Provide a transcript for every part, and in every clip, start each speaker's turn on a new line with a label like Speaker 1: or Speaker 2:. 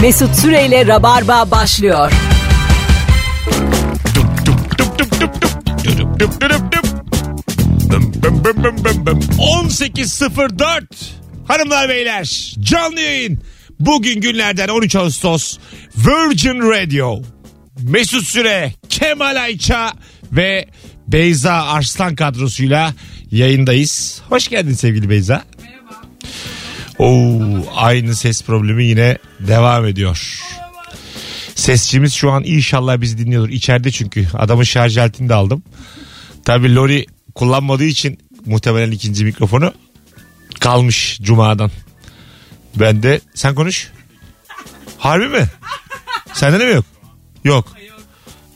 Speaker 1: Mesut Süreyle Rabarba başlıyor.
Speaker 2: Durup dup durup dup. Bım bım bım bım bım bım. 18.04 Hanımlar beyler canlı yayın. Bugün günlerden 13 Ağustos Virgin Radio. Mesut Süre, Kemal Ayça ve Beyza Arslan kadrosuyla yayındayız. Hoş geldin sevgili Beyza. Oo, aynı ses problemi yine devam ediyor. Sesçimiz şu an inşallah bizi dinliyordur. İçeride çünkü. Adamın şarj aletini de aldım. Tabii Lori kullanmadığı için muhtemelen ikinci mikrofonu kalmış Cuma'dan. Ben de sen konuş. Harbi mi? Sende de mi yok? Yok.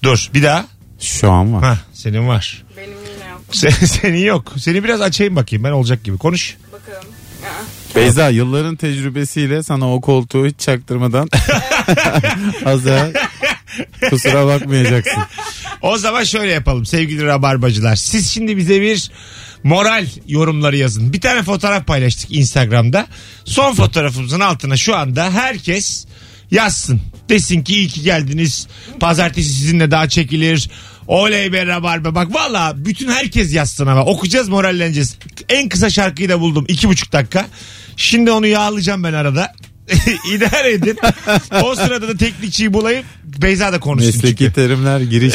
Speaker 2: Dur bir daha.
Speaker 3: Şu an var.
Speaker 2: Ha senin var. Benim yine yok. senin yok. Seni biraz açayım bakayım ben olacak gibi. Konuş.
Speaker 3: Beyza yılların tecrübesiyle sana o koltuğu hiç çaktırmadan Azra kusura bakmayacaksın.
Speaker 2: O zaman şöyle yapalım sevgili rabarbacılar. Siz şimdi bize bir moral yorumları yazın. Bir tane fotoğraf paylaştık Instagram'da. Son fotoğrafımızın altına şu anda herkes yazsın. Desin ki iyi ki geldiniz. Pazartesi sizinle daha çekilir. Oley be rabarba. Bak valla bütün herkes yazsın ama. Okuyacağız moralleneceğiz. En kısa şarkıyı da buldum. iki buçuk dakika. Şimdi onu yağlayacağım ben arada. İdare edin. O sırada da teknikçiyi bulayım. Beyza da konuşsun. çünkü.
Speaker 3: Mesleki terimler giriş.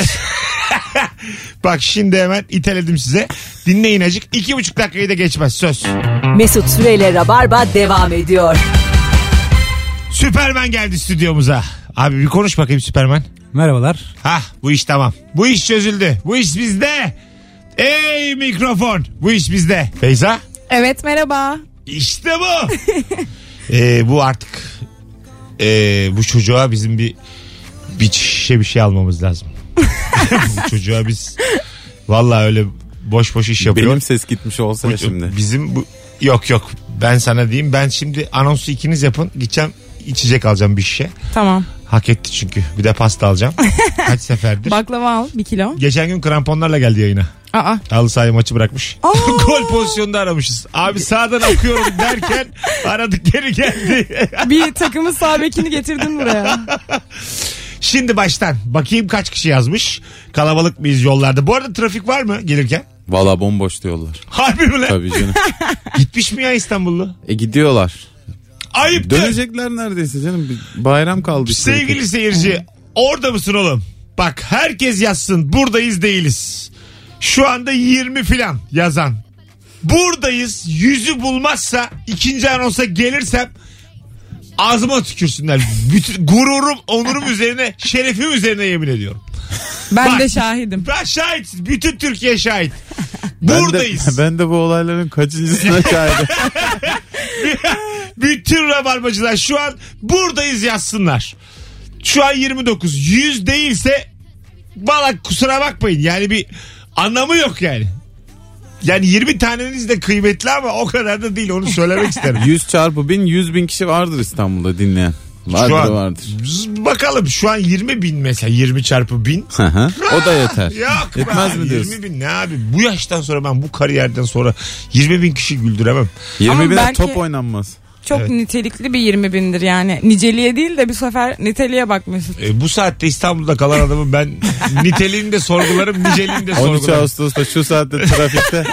Speaker 2: Bak şimdi hemen iteledim size. Dinleyin acık. İki buçuk dakikayı da geçmez söz.
Speaker 1: Mesut Süreyle Rabarba devam ediyor.
Speaker 2: Süpermen geldi stüdyomuza. Abi bir konuş bakayım Süpermen.
Speaker 4: Merhabalar.
Speaker 2: Hah bu iş tamam. Bu iş çözüldü. Bu iş bizde. Ey mikrofon. Bu iş bizde. Beyza.
Speaker 5: Evet merhaba.
Speaker 2: İşte bu. Ee, bu artık ee, bu çocuğa bizim bir bir şişe bir şey almamız lazım. bu çocuğa biz vallahi öyle boş boş iş yapıyor.
Speaker 3: Benim ses gitmiş olsa ya şimdi.
Speaker 2: Bizim bu yok yok ben sana diyeyim ben şimdi anonsu ikiniz yapın gideceğim içecek alacağım bir şişe.
Speaker 5: Tamam.
Speaker 2: Hak etti çünkü bir de pasta alacağım. Kaç seferdir.
Speaker 5: Baklava al bir kilo.
Speaker 2: Geçen gün kramponlarla geldi yayına.
Speaker 5: Aa.
Speaker 2: Halı sahayı maçı bırakmış.
Speaker 5: Aa!
Speaker 2: Gol pozisyonunda aramışız. Abi sağdan akıyorum derken aradık geri geldi.
Speaker 5: Bir takımın sağ bekini getirdin buraya.
Speaker 2: Şimdi baştan bakayım kaç kişi yazmış. Kalabalık mıyız yollarda? Bu arada trafik var mı gelirken?
Speaker 3: Valla bomboş diyorlar.
Speaker 2: Harbi mi lan?
Speaker 3: Tabii canım.
Speaker 2: Gitmiş mi ya İstanbullu?
Speaker 3: E gidiyorlar.
Speaker 2: Ayıptır.
Speaker 3: Dönecekler neredeyse canım. Bir bayram kaldı. işte.
Speaker 2: Sevgili seyirci orada mısın oğlum? Bak herkes yazsın buradayız değiliz. Şu anda 20 filan yazan. Buradayız yüzü bulmazsa ikinci anonsa gelirsem ağzıma tükürsünler. Bütün gururum, onurum üzerine, şerefim üzerine yemin ediyorum.
Speaker 5: Ben
Speaker 2: Bak.
Speaker 5: de şahidim.
Speaker 2: Ben şahit, bütün Türkiye şahit.
Speaker 3: Ben de-
Speaker 2: Buradayız.
Speaker 3: ben de bu olayların kaçıncısına şahidim.
Speaker 2: Bütün rabarbacılar şu an buradayız yazsınlar. Şu an 29. 100 değilse valla kusura bakmayın. Yani bir anlamı yok yani. Yani 20 taneniz de kıymetli ama o kadar da değil onu söylemek isterim.
Speaker 3: 100 çarpı 1000 100 bin kişi vardır İstanbul'da dinleyen.
Speaker 2: şu
Speaker 3: Vardır
Speaker 2: an,
Speaker 3: vardır.
Speaker 2: Z- Bakalım şu an 20 bin mesela 20 çarpı bin.
Speaker 3: Hı hı. o da yeter.
Speaker 2: Yok be
Speaker 3: Yetmez
Speaker 2: abi,
Speaker 3: mi diyorsun?
Speaker 2: 20 bin ne abi bu yaştan sonra ben bu kariyerden sonra 20 bin kişi güldüremem.
Speaker 3: 20
Speaker 5: Ama
Speaker 3: bine
Speaker 5: belki-
Speaker 3: top oynanmaz.
Speaker 5: Çok
Speaker 2: Evet.
Speaker 5: nitelikli bir 20 bindir yani. Niceliğe değil de bir sefer niteliğe bak Mesut.
Speaker 2: E, bu saatte İstanbul'da kalan adamı ben niteliğini de sorgularım niceliğini de
Speaker 3: 13
Speaker 2: sorgularım.
Speaker 3: Ağustos'ta şu saatte trafikte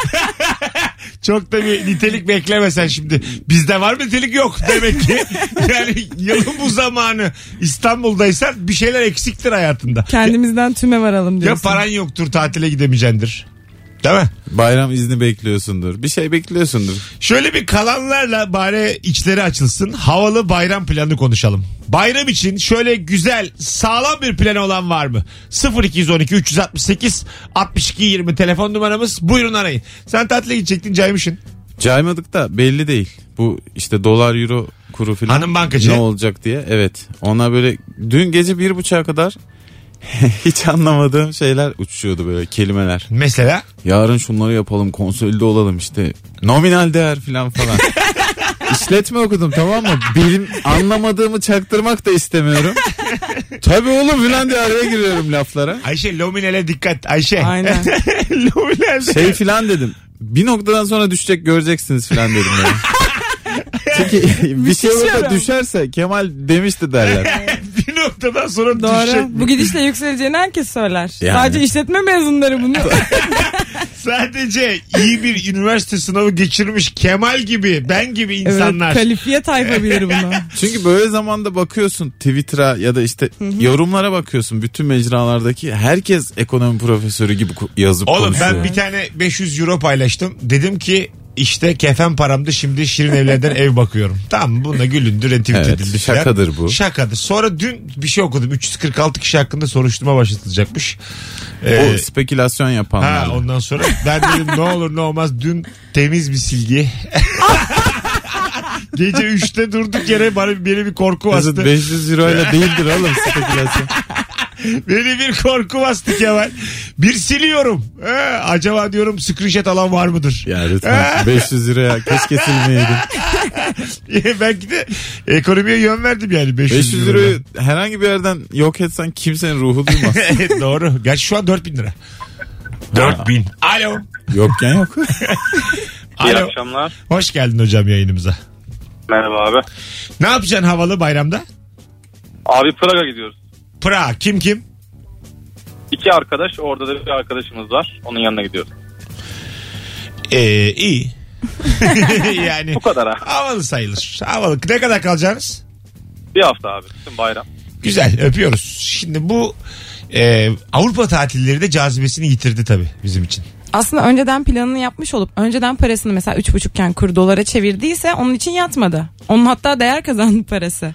Speaker 2: Çok da bir nitelik beklemesen şimdi. Bizde var mı nitelik yok demek ki. Yani yılın bu zamanı İstanbul'daysan bir şeyler eksiktir hayatında.
Speaker 5: Kendimizden tüme varalım
Speaker 2: Ya
Speaker 5: diyorsun.
Speaker 2: paran yoktur tatile gidemeyeceksindir. Değil mi?
Speaker 3: bayram izni bekliyorsundur. Bir şey bekliyorsundur.
Speaker 2: Şöyle bir kalanlarla bari içleri açılsın. Havalı bayram planı konuşalım. Bayram için şöyle güzel, sağlam bir planı olan var mı? 0212 368 62 20 telefon numaramız. Buyurun arayın. Sen tatile gidecektin caymışsın.
Speaker 3: Caymadık da belli değil. Bu işte dolar euro kuru filan.
Speaker 2: Hanım bankacı.
Speaker 3: Ne olacak diye. Evet. Ona böyle dün gece bir buçuğa kadar hiç anlamadığım şeyler uçuşuyordu böyle kelimeler.
Speaker 2: Mesela
Speaker 3: Yarın şunları yapalım konsolide olalım işte. Nominal değer filan falan. İşletme okudum tamam mı? Bilim anlamadığımı çaktırmak da istemiyorum. Tabii oğlum filan diye araya giriyorum laflara.
Speaker 2: Ayşe Lominel'e dikkat Ayşe.
Speaker 5: Aynen.
Speaker 2: Luminel'de.
Speaker 3: Şey filan dedim. Bir noktadan sonra düşecek göreceksiniz filan dedim. Yani. Çünkü bir şey
Speaker 5: Bitişiyorum.
Speaker 3: orada düşerse Kemal demişti derler.
Speaker 2: bir noktadan sonra düşecek
Speaker 5: Doğru.
Speaker 2: mi?
Speaker 5: Bu gidişle yükseleceğini herkes söyler.
Speaker 3: Yani.
Speaker 5: Sadece işletme mezunları bunu.
Speaker 2: Sadece iyi bir üniversite sınavı geçirmiş Kemal gibi ben gibi insanlar.
Speaker 5: evet, kalifiye tayfa bilir bunu.
Speaker 3: Çünkü böyle zamanda bakıyorsun Twitter'a ya da işte yorumlara bakıyorsun. Bütün mecralardaki herkes ekonomi profesörü gibi ko- yazıp
Speaker 2: Oğlum
Speaker 3: konuşuyor.
Speaker 2: ben bir tane 500 euro paylaştım. Dedim ki işte kefen paramdı şimdi şirin evlerden ev bakıyorum. Tamam bununla gülündü retweet
Speaker 3: Evet,
Speaker 2: edildi. filan.
Speaker 3: şakadır bu.
Speaker 2: Şakadır. Sonra dün bir şey okudum. 346 kişi hakkında soruşturma başlatılacakmış. Ee,
Speaker 3: O E, spekülasyon yapanlar.
Speaker 2: ha, ondan sonra ben dedim ne olur ne olmaz dün temiz bir silgi. Gece 3'te durduk yere bana, beni bir korku
Speaker 3: Mesut
Speaker 2: bastı.
Speaker 3: 500 euroyla değildir oğlum spekülasyon.
Speaker 2: Beni bir korku bastı Kemal. Bir siliyorum. Ee, acaba diyorum screenshot alan var mıdır?
Speaker 3: Ya lütfen 500 liraya keşke silmeyeydin.
Speaker 2: Belki de ekonomiye yön verdim yani 500,
Speaker 3: 500
Speaker 2: liraya.
Speaker 3: lirayı herhangi bir yerden yok etsen kimsenin ruhu duymaz.
Speaker 2: Evet, Doğru. Gerçi şu an 4000 lira. 4000. Alo.
Speaker 3: Yokken yok.
Speaker 4: İyi
Speaker 2: Alo.
Speaker 4: akşamlar.
Speaker 2: Hoş geldin hocam yayınımıza.
Speaker 4: Merhaba abi.
Speaker 2: Ne yapacaksın havalı bayramda?
Speaker 4: Abi Praga gidiyoruz.
Speaker 2: Pra kim kim?
Speaker 4: İki arkadaş orada da bir arkadaşımız var. Onun yanına gidiyoruz.
Speaker 2: Ee, iyi. yani
Speaker 4: Bu kadar ha.
Speaker 2: havalı sayılır. Havalı. Ne kadar kalacaksınız?
Speaker 4: Bir hafta abi. Bütün bayram.
Speaker 2: Güzel öpüyoruz. Şimdi bu e, Avrupa tatilleri de cazibesini yitirdi tabii bizim için.
Speaker 5: Aslında önceden planını yapmış olup önceden parasını mesela üç buçukken kur dolara çevirdiyse onun için yatmadı. Onun hatta değer kazandı parası.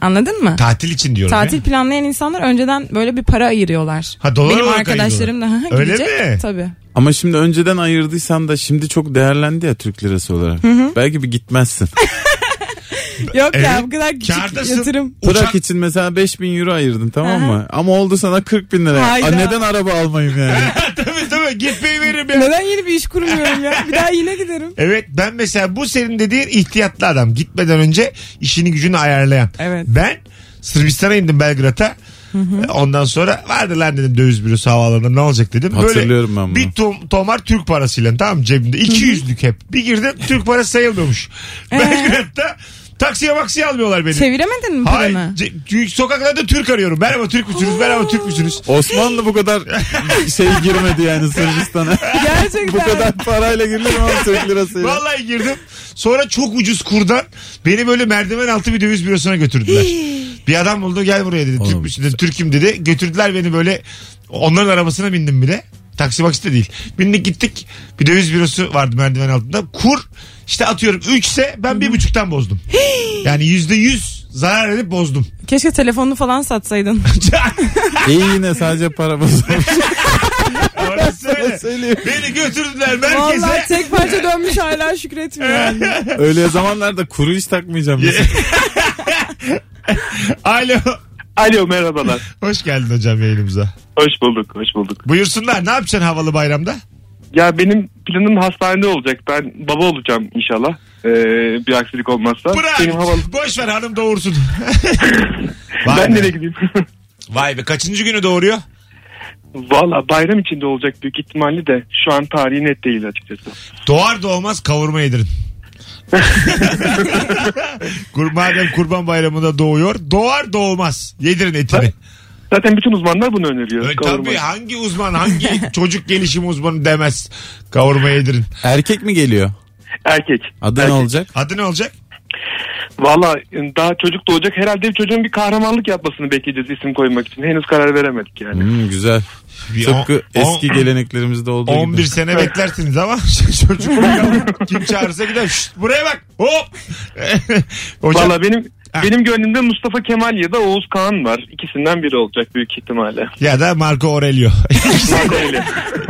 Speaker 5: Anladın mı?
Speaker 2: Tatil için diyorum.
Speaker 5: Tatil
Speaker 2: ya.
Speaker 5: planlayan insanlar önceden böyle bir para ayırıyorlar.
Speaker 2: Ha, dolar
Speaker 5: Benim
Speaker 2: olarak
Speaker 5: arkadaşlarım da ha,
Speaker 2: ayırıyorlar. Öyle
Speaker 5: gidecek.
Speaker 2: mi?
Speaker 5: Tabii.
Speaker 3: Ama şimdi önceden ayırdıysan da şimdi çok değerlendi ya Türk lirası olarak. Belki bir gitmezsin.
Speaker 5: Yok
Speaker 2: Evet,
Speaker 5: ya bu kadar küçük
Speaker 2: kârdasın.
Speaker 5: yatırım.
Speaker 3: Pırak
Speaker 2: Uçak-
Speaker 3: için mesela 5000 euro ayırdın tamam
Speaker 5: Aha.
Speaker 3: mı? Ama oldu sana 40 bin lira.
Speaker 5: Hayda.
Speaker 3: Aa, neden araba almayayım yani?
Speaker 2: tabii tabii gitmeyi veririm ya.
Speaker 5: Neden yeni bir iş kurmuyorum ya? Bir daha yine giderim.
Speaker 2: Evet ben mesela bu senin dediğin ihtiyatlı adam. Gitmeden önce işini gücünü ayarlayan.
Speaker 5: Evet.
Speaker 2: Ben Sırbistan'a indim Belgrad'a. E, Ondan sonra vardı lan dedim döviz bürosu havaalanında ne olacak dedim.
Speaker 3: Hatırlıyorum ben bunu.
Speaker 2: Bir tom- tomar Türk parasıyla tamam mı? cebimde. 200'lük hep. Bir girdim Türk parası sayılmıyormuş. Belgrad'da taksiye maksiye almıyorlar beni.
Speaker 5: Çeviremedin mi
Speaker 2: Hayır.
Speaker 5: paranı?
Speaker 2: ce- Sokaklarda Türk arıyorum. Merhaba Türk müsünüz? Merhaba Türk müsünüz?
Speaker 3: Osmanlı bu kadar şey girmedi yani Sırbistan'a.
Speaker 5: Gerçekten.
Speaker 3: bu kadar parayla girilir mi oğlum Türk lirasıyla?
Speaker 2: Vallahi girdim. Sonra çok ucuz kurdan beni böyle merdiven altı bir döviz bürosuna götürdüler. bir adam buldu gel buraya dedi. Türk
Speaker 3: Oğlum.
Speaker 2: müsün dedi. Türk'üm dedi. Götürdüler beni böyle onların arabasına bindim bile. Taksi maksi de değil. Bindik gittik. Bir döviz bürosu vardı merdiven altında. Kur işte atıyorum 3 ise ben bir buçuktan bozdum. yani yüzde yüz zarar edip bozdum.
Speaker 5: Keşke telefonunu falan satsaydın.
Speaker 3: İyi yine sadece para bozulmuş.
Speaker 2: Orası öyle.
Speaker 3: Söyleyeyim.
Speaker 2: Beni götürdüler merkeze.
Speaker 5: Vallahi tek parça dönmüş hala şükretmiyor. yani.
Speaker 3: Öyle zamanlarda kuru hiç takmayacağım. mesela.
Speaker 2: Alo.
Speaker 4: Alo merhabalar.
Speaker 2: Hoş geldin hocam yayınımıza.
Speaker 4: hoş bulduk. Hoş bulduk.
Speaker 2: Buyursunlar ne yapacaksın havalı bayramda?
Speaker 4: Ya benim planım hastanede olacak. Ben baba olacağım inşallah. Ee, bir aksilik olmazsa.
Speaker 2: Bırak.
Speaker 4: Benim havalı.
Speaker 2: Boş ver hanım doğursun. Vay
Speaker 4: Ben
Speaker 2: be.
Speaker 4: nereye gideyim?
Speaker 2: Vay be kaçıncı günü doğuruyor?
Speaker 4: Valla bayram içinde olacak büyük ihtimalle de şu an tarihi net değil açıkçası.
Speaker 2: Doğar doğmaz kavurma yedirin. Kur- Madem kurban bayramında doğuyor doğar doğmaz yedirin etini.
Speaker 4: Zaten bütün uzmanlar bunu öneriyor.
Speaker 2: Öyle
Speaker 4: Kavurma.
Speaker 2: tabii hangi uzman hangi çocuk gelişimi uzmanı demez kavurma yedirin.
Speaker 3: Erkek mi geliyor?
Speaker 4: Erkek.
Speaker 3: Adı ne
Speaker 4: Erkek.
Speaker 3: olacak?
Speaker 2: Adı ne olacak?
Speaker 4: Valla ıı, daha çocuk doğacak. Herhalde çocuğun bir kahramanlık yapmasını bekleyeceğiz isim koymak için. Henüz karar veremedik yani.
Speaker 3: Hmm, güzel.
Speaker 2: Bir
Speaker 3: Tıpkı
Speaker 2: on- on-
Speaker 3: eski geleneklerimizde olduğu
Speaker 2: 11
Speaker 3: gibi.
Speaker 2: sene beklersiniz ama çocuk uyuyor. kim çağırırsa gider. Şşt, buraya bak. Hop. Hocam
Speaker 4: Valla benim
Speaker 2: Ha.
Speaker 4: benim gönlümde Mustafa Kemal ya da Oğuz Kağan var. İkisinden biri olacak büyük ihtimalle.
Speaker 2: ya da Marco Aurelio.
Speaker 4: Bak öyle.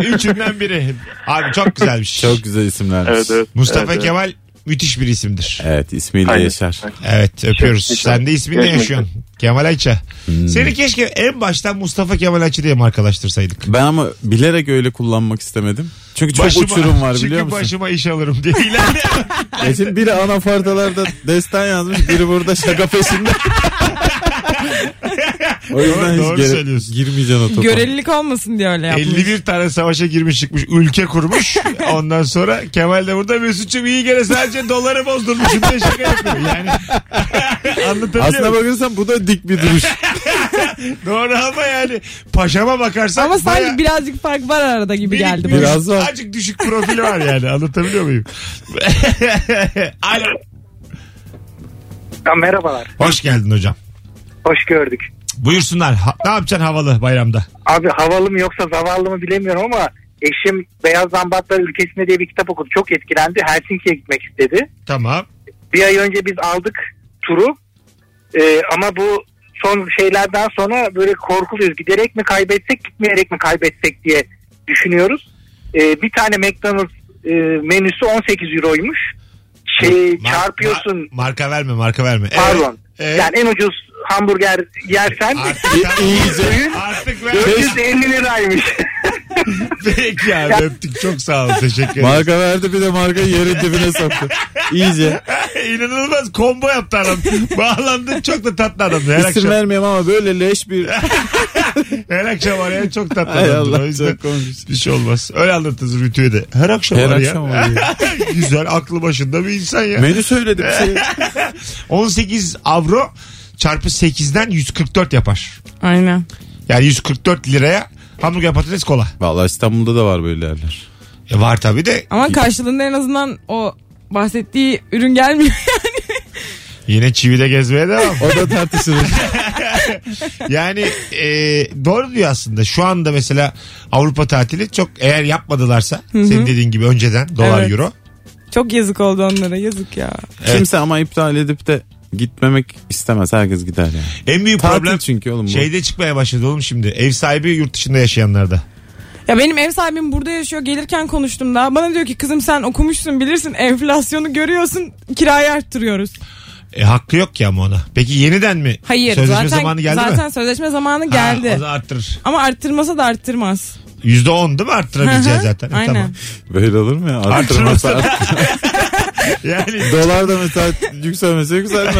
Speaker 2: Üçünden biri. Abi çok güzelmiş.
Speaker 3: Çok güzel isimler.
Speaker 4: evet, evet.
Speaker 2: Mustafa
Speaker 4: Evet, evet.
Speaker 2: Kemal müthiş bir isimdir.
Speaker 3: Evet ismiyle
Speaker 4: Aynen.
Speaker 3: yaşar.
Speaker 2: Evet öpüyoruz.
Speaker 4: Çok güzel.
Speaker 2: Sen de isminle
Speaker 4: Görüşmek
Speaker 2: yaşıyorsun. Kemal Ayça.
Speaker 3: Hmm.
Speaker 2: Seni keşke en baştan Mustafa Kemal Ayça diye markalaştırsaydık.
Speaker 3: Ben ama bilerek öyle kullanmak istemedim. Çünkü çok uçurum var biliyor
Speaker 2: Çünkü
Speaker 3: musun?
Speaker 2: başıma iş alırım diye. İleride
Speaker 3: E şimdi biri anafartalarda destan yazmış, biri burada şaka peşinde. o O yüzden
Speaker 2: Doğru
Speaker 3: hiç gere-
Speaker 2: söylüyorsun.
Speaker 3: girmeyeceksin o topa.
Speaker 5: Görelilik olmasın diye öyle yapmış.
Speaker 2: 51 tane savaşa girmiş çıkmış ülke kurmuş. Ondan sonra Kemal de burada Mesut'cum iyi gene sadece doları bozdurmuşum diye şaka yapıyor. Yani anlatabiliyor
Speaker 3: Aslına
Speaker 2: muyum?
Speaker 3: bakırsan bu da dik bir duruş.
Speaker 2: Doğru ama yani paşama bakarsan
Speaker 5: Ama sanki
Speaker 2: baya-
Speaker 5: birazcık fark var arada gibi
Speaker 2: Minik
Speaker 5: geldi
Speaker 2: minik,
Speaker 5: bana.
Speaker 3: Biraz var.
Speaker 2: Azıcık düşük profili var yani anlatabiliyor muyum? Alo.
Speaker 6: Ya, merhabalar.
Speaker 2: Hoş geldin hocam.
Speaker 6: Hoş gördük.
Speaker 2: Buyursunlar. Ha- ne yapacaksın havalı bayramda?
Speaker 6: Abi havalı mı yoksa zavallı mı bilemiyorum ama eşim Beyaz Zambatlar Ülkesinde diye bir kitap okudu. Çok etkilendi. Helsinki'ye gitmek istedi.
Speaker 2: Tamam.
Speaker 6: Bir ay önce biz aldık turu. Ee, ama bu son şeylerden sonra böyle korkuluyuz. Giderek mi kaybetsek gitmeyerek mi kaybetsek diye düşünüyoruz. Ee, bir tane McDonald's e, menüsü 18 euroymuş. Şey,
Speaker 2: Mar-
Speaker 6: çarpıyorsun.
Speaker 2: ma- marka verme marka verme.
Speaker 6: Pardon.
Speaker 2: Evet, evet.
Speaker 6: Yani en ucuz hamburger yersen
Speaker 2: Artık,
Speaker 3: İyice.
Speaker 2: artık ver.
Speaker 6: 450 liraymış.
Speaker 2: Peki abi öptük çok sağ ol teşekkür ederim.
Speaker 3: marka verdi bir de marka yerin dibine soktu. İyice.
Speaker 2: İnanılmaz combo yaptı adam. Bağlandı çok da tatlı adamdı. Her
Speaker 3: İsim
Speaker 2: akşam,
Speaker 3: vermeyeyim ama böyle leş bir...
Speaker 2: her akşam arayan çok tatlı
Speaker 3: Hay
Speaker 2: adamdı. O
Speaker 3: Allah
Speaker 2: yüzden
Speaker 3: çok komik.
Speaker 2: bir şey olmaz. Öyle anlatırız Rütü'ye de. Her akşam
Speaker 3: Her
Speaker 2: arayan.
Speaker 3: akşam oluyor.
Speaker 2: Güzel aklı başında bir insan ya.
Speaker 3: Menü söyledi bir şey.
Speaker 2: 18 avro çarpı 8'den 144 yapar.
Speaker 5: Aynen.
Speaker 2: Yani 144 liraya hamburger patates kola.
Speaker 3: Valla İstanbul'da da var böyle yerler.
Speaker 2: E var tabii de
Speaker 5: Ama karşılığında en azından o bahsettiği ürün gelmiyor.
Speaker 2: yine çivide gezmeye devam.
Speaker 3: O da tartışılır.
Speaker 2: Yani e, doğru diyor aslında. Şu anda mesela Avrupa tatili çok eğer yapmadılarsa senin dediğin gibi önceden dolar
Speaker 5: Evet.
Speaker 2: euro.
Speaker 5: Çok yazık oldu onlara yazık ya.
Speaker 3: Kimse ama iptal edip de gitmemek istemez. Herkes gider yani.
Speaker 2: En büyük
Speaker 3: Tatil
Speaker 2: problem
Speaker 3: çünkü oğlum bu.
Speaker 2: şeyde çıkmaya başladı oğlum şimdi. Ev sahibi yurt dışında yaşayanlarda.
Speaker 5: Ya benim ev sahibim burada yaşıyor gelirken konuştum daha. Bana diyor ki kızım sen okumuşsun bilirsin enflasyonu görüyorsun kirayı arttırıyoruz.
Speaker 2: E, hakkı yok ki ama ona. Peki yeniden mi?
Speaker 5: Hayır
Speaker 2: Sözleşme
Speaker 5: zaten,
Speaker 2: zamanı geldi
Speaker 5: zaten
Speaker 2: mi?
Speaker 5: sözleşme
Speaker 2: Ha,
Speaker 5: zamanı geldi.
Speaker 2: o da arttırır.
Speaker 5: Ama arttırmasa da arttırmaz.
Speaker 2: Yüzde on değil mi arttırabileceği
Speaker 5: Hı hı,
Speaker 2: zaten? E,
Speaker 5: aynen.
Speaker 2: tamam.
Speaker 3: Böyle olur mu ya?
Speaker 2: Arttırmasa-
Speaker 3: Arttırmasa.
Speaker 2: Yani
Speaker 3: Dolar da mesela yükselmese yükselmez.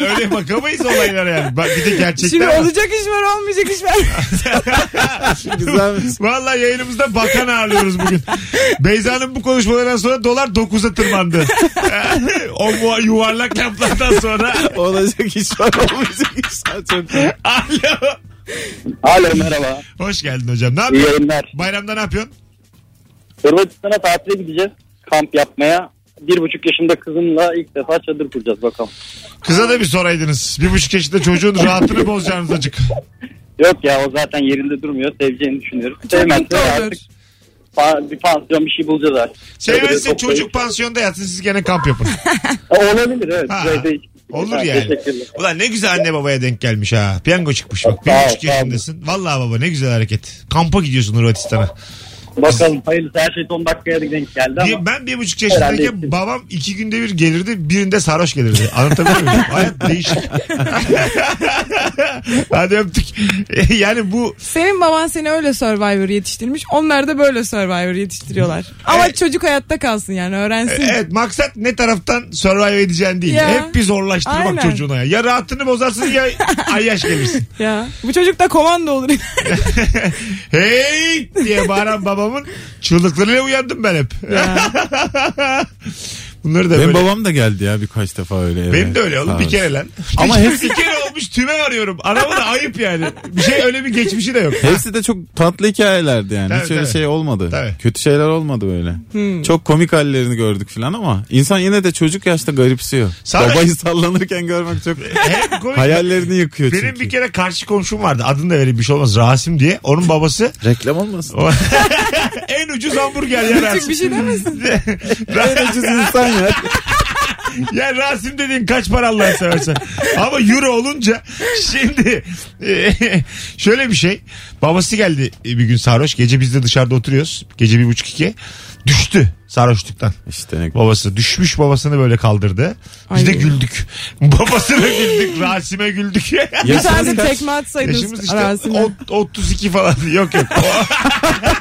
Speaker 2: öyle bakamayız olaylara yani. Bak, Bir de gerçekten.
Speaker 5: Şimdi olacak iş var olmayacak iş var.
Speaker 3: Güzelmiş.
Speaker 2: Vallahi yayınımızda bakan ağırlıyoruz bugün. Beyza'nın bu konuşmalarından sonra dolar 9'a tırmandı. o bu yuvarlak laflardan sonra.
Speaker 3: Olacak iş var olmayacak iş var. Çok
Speaker 2: Alo.
Speaker 7: Alo merhaba.
Speaker 2: Hoş geldin hocam. Ne
Speaker 7: İyi
Speaker 2: yapıyorsun?
Speaker 7: yayınlar.
Speaker 2: Bayramda ne yapıyorsun?
Speaker 7: Hırvatistan'a tatile gideceğiz. Kamp yapmaya. Bir buçuk yaşında kızımla ilk defa çadır kuracağız bakalım.
Speaker 2: Kıza da bir soraydınız. Bir buçuk yaşında çocuğun rahatını bozacağınız acık.
Speaker 7: Yok ya o zaten yerinde durmuyor. Seveceğini düşünüyorum.
Speaker 5: Çok mutlu
Speaker 7: artık
Speaker 5: olur.
Speaker 7: pa- bir pansiyon bir şey bulacağız artık. Çadırı
Speaker 2: Sevmezse
Speaker 7: toplayıp-
Speaker 2: çocuk pansiyonda yatsın siz gene kamp yapın.
Speaker 7: Ha, Olabilir evet.
Speaker 2: Ha,
Speaker 7: Böyle de-
Speaker 2: Olur
Speaker 7: Ha,
Speaker 2: yani.
Speaker 7: Teşekkürler.
Speaker 2: Ulan ne güzel anne babaya denk gelmiş ha. Piyango çıkmış bak. Bir
Speaker 7: Sağ ol,
Speaker 2: buçuk
Speaker 7: sağ ol.
Speaker 2: yaşındasın. Vallahi baba ne güzel hareket. Kampa gidiyorsun Hırvatistan'a.
Speaker 7: Bakalım hayırlısı her şey son dakikaya denk geldi ama.
Speaker 2: Bir- ben bir buçuk
Speaker 7: Herhalde
Speaker 2: yaşındayken
Speaker 7: yetiştim.
Speaker 2: babam iki günde bir gelirdi birinde sarhoş gelirdi. Anlatabiliyor muyum? Hayat değişik. Hadi öptük. Yani bu
Speaker 5: Senin baban seni öyle Survivor yetiştirmiş. Onlar da böyle Survivor yetiştiriyorlar. Ama çocuk hayatta kalsın yani öğrensin.
Speaker 2: evet maksat ne taraftan survive edeceğin değil.
Speaker 5: Ya.
Speaker 2: Hep bir zorlaştırmak
Speaker 5: Aynen.
Speaker 2: çocuğuna. Ya. ya rahatını bozarsın ya ayyaş gelirsin.
Speaker 5: Ya bu çocuk da komando olur.
Speaker 2: hey diye bağıran babamın çığlıklarıyla uyandım ben hep.
Speaker 5: Ya.
Speaker 2: Bunları da
Speaker 3: Benim
Speaker 2: böyle.
Speaker 3: babam da geldi ya birkaç defa öyle eve.
Speaker 2: Benim de öyle oğlum
Speaker 3: Sağ
Speaker 2: bir
Speaker 3: olsun.
Speaker 2: kere lan.
Speaker 3: Ama
Speaker 2: Ama
Speaker 3: hepsi-
Speaker 2: bir kere olmuş tüme varıyorum. Araba da ayıp yani. Bir şey öyle bir geçmişi de yok.
Speaker 3: Hepsi de çok tatlı hikayelerdi yani.
Speaker 2: Tabii,
Speaker 3: Hiç öyle
Speaker 2: tabii.
Speaker 3: şey olmadı.
Speaker 2: Tabii.
Speaker 3: Kötü şeyler olmadı böyle. Çok komik hallerini gördük falan ama insan yine de çocuk yaşta garipsiyor.
Speaker 2: Sana-
Speaker 3: Babayı sallanırken görmek çok
Speaker 2: Hem komik-
Speaker 3: hayallerini yıkıyor
Speaker 2: Benim
Speaker 3: çünkü.
Speaker 2: bir kere karşı komşum vardı. Adını da vereyim bir şey olmaz. Rasim diye. Onun babası
Speaker 3: Reklam olmasın.
Speaker 2: en ucuz hamburger ya Rasim.
Speaker 5: bir şey demesin.
Speaker 3: en ucuz insan ya.
Speaker 2: ya Rasim dediğin kaç para Allah seversen. Ama euro olunca şimdi e, şöyle bir şey. Babası geldi bir gün sarhoş. Gece biz de dışarıda oturuyoruz. Gece bir buçuk iki. Düştü sarhoşluktan.
Speaker 3: İşte ne
Speaker 2: Babası düşmüş babasını böyle kaldırdı. Biz
Speaker 5: Ay.
Speaker 2: de güldük. Babasına güldük. Rasim'e güldük.
Speaker 5: Bir tane
Speaker 3: Yaşınız kaç?
Speaker 5: tekme atsaydınız
Speaker 2: Yaşımız işte
Speaker 5: arasına.
Speaker 2: ot- 32 falan. Yok yok.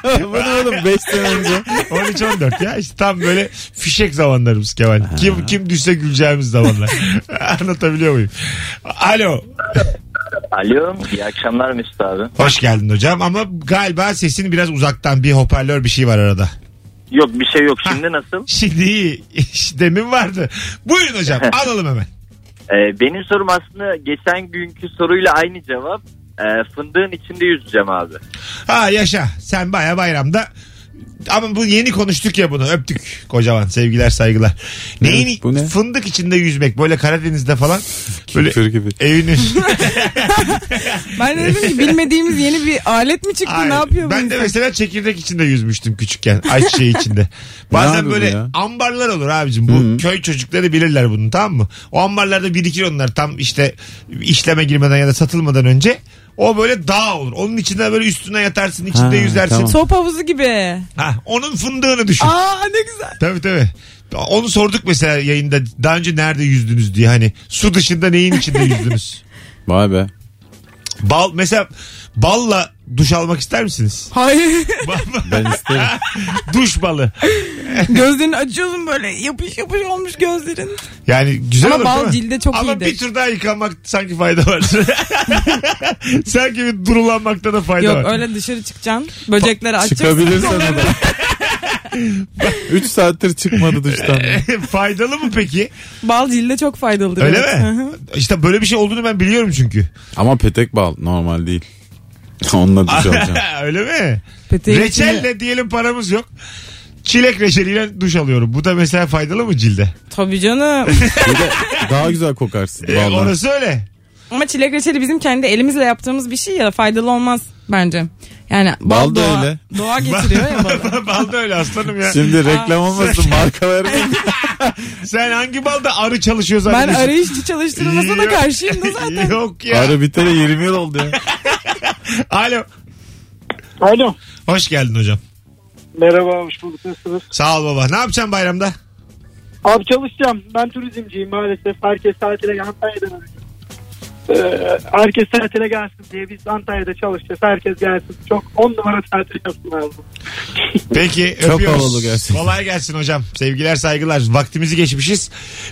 Speaker 3: Bu ne oğlum 5 sene önce.
Speaker 2: 13-14 ya işte tam böyle fişek zamanlarımız Kemal. Kim kim düşse güleceğimiz zamanlar. Anlatabiliyor muyum? Alo.
Speaker 7: Alo iyi akşamlar Mesut abi.
Speaker 2: Hoş geldin hocam ama galiba sesin biraz uzaktan bir hoparlör bir şey var arada.
Speaker 7: Yok bir şey yok şimdi nasıl?
Speaker 2: Şimdi iyi. Demin vardı. Buyurun hocam alalım hemen.
Speaker 7: Ee, benim sorum aslında geçen günkü soruyla aynı cevap. Ee, fındığın içinde yüzeceğim abi.
Speaker 2: Ha yaşa sen baya bayramda ama bu yeni konuştuk ya bunu öptük kocaman sevgiler saygılar. Neyin
Speaker 3: Evet, bu ne?
Speaker 2: fındık içinde yüzmek böyle Karadeniz'de falan böyle
Speaker 3: Küfür gibi.
Speaker 2: evinin.
Speaker 5: Ben de dedim ki bilmediğimiz yeni bir alet mi çıktı
Speaker 2: Ay,
Speaker 5: ne yapıyor bu
Speaker 2: ben de
Speaker 5: insan?
Speaker 2: mesela çekirdek içinde yüzmüştüm küçükken ayçiçeği içinde.
Speaker 3: Ne
Speaker 2: Bazen
Speaker 3: abi bu
Speaker 2: böyle
Speaker 3: ya?
Speaker 2: ambarlar olur abicim bu köy çocukları bilirler bunu tamam mı? O ambarlarda birikir onlar tam işte işleme girmeden ya da satılmadan önce. O böyle dağ olur. Onun içinde böyle üstüne yatarsın, içinde
Speaker 3: Ha,
Speaker 2: yüzersin.
Speaker 3: tamam.
Speaker 5: Top havuzu gibi.
Speaker 2: Ha, onun fındığını düşün.
Speaker 5: Aa ne güzel.
Speaker 2: Tabii tabii. Onu sorduk mesela yayında daha önce nerede yüzdünüz diye hani su dışında neyin içinde yüzdünüz?
Speaker 3: Vay be.
Speaker 2: Bal mesela balla duş almak ister misiniz?
Speaker 5: Hayır.
Speaker 3: Ben isterim.
Speaker 2: duş balı.
Speaker 5: Gözlerini açıyorsun böyle yapış yapış olmuş gözlerin.
Speaker 2: Yani güzel
Speaker 5: Ama
Speaker 2: olur
Speaker 5: bal
Speaker 2: değil mi?
Speaker 5: cilde çok
Speaker 2: Ama
Speaker 5: iyidir.
Speaker 2: bir tur daha yıkanmak sanki fayda var. sanki bir durulanmakta da fayda
Speaker 5: Yok
Speaker 2: var.
Speaker 5: öyle dışarı çıkacaksın. Böcekleri açacaksın.
Speaker 3: Çıkabilirsen o da. 3 saattir çıkmadı duştan.
Speaker 2: Faydalı mı peki?
Speaker 5: Bal cilde çok faydalıdır.
Speaker 2: Öyle
Speaker 5: evet. Hı
Speaker 2: mi?
Speaker 5: hı.
Speaker 2: İşte böyle bir şey olduğunu ben biliyorum çünkü.
Speaker 3: Ama petek bal normal değil. Onunla şey duş alacağım.
Speaker 2: Öyle mi?
Speaker 5: Peteğin içinde-
Speaker 2: Reçelle diyelim paramız yok. Çilek reçeliyle duş alıyorum. Bu da mesela faydalı mı cilde?
Speaker 5: Tabii canım.
Speaker 3: Bir de daha güzel kokarsın.
Speaker 2: E,
Speaker 3: Vallahi.
Speaker 2: orası öyle.
Speaker 5: Ama çilek reçeli bizim kendi elimizle yaptığımız bir şey ya faydalı olmaz bence. Yani bal,
Speaker 3: Bal da
Speaker 5: doğa,
Speaker 3: öyle.
Speaker 5: doğa getiriyor ya balı.
Speaker 2: bal da öyle aslanım ya.
Speaker 3: Şimdi reklam olmasın marka vermeyin.
Speaker 2: Sen hangi balda arı çalışıyor
Speaker 5: Ben
Speaker 2: zannediyorsun?
Speaker 5: arayış çalıştırılmasına da
Speaker 2: Yok.
Speaker 5: karşıyım da zaten.
Speaker 2: Yok ya.
Speaker 3: Ara bitene 20 yıl oldu ya.
Speaker 2: Alo.
Speaker 4: Alo.
Speaker 2: Hoş geldin hocam.
Speaker 4: Merhaba hoş bulduk nasılsınız?
Speaker 2: Sağ ol baba. Ne yapacaksın bayramda?
Speaker 4: Abi çalışacağım. Ben turizmciyim maalesef. Herkes tatile Antalya'dan arıyor. Ee, herkes tatile gelsin diye biz Antalya'da çalışacağız. Herkes gelsin. Çok on numara tatil yapsın abi.
Speaker 2: Peki
Speaker 3: Çok
Speaker 2: öpüyoruz.
Speaker 3: havalı gerçekten.
Speaker 2: Kolay gelsin hocam. Sevgiler saygılar. Vaktimizi geçmişiz.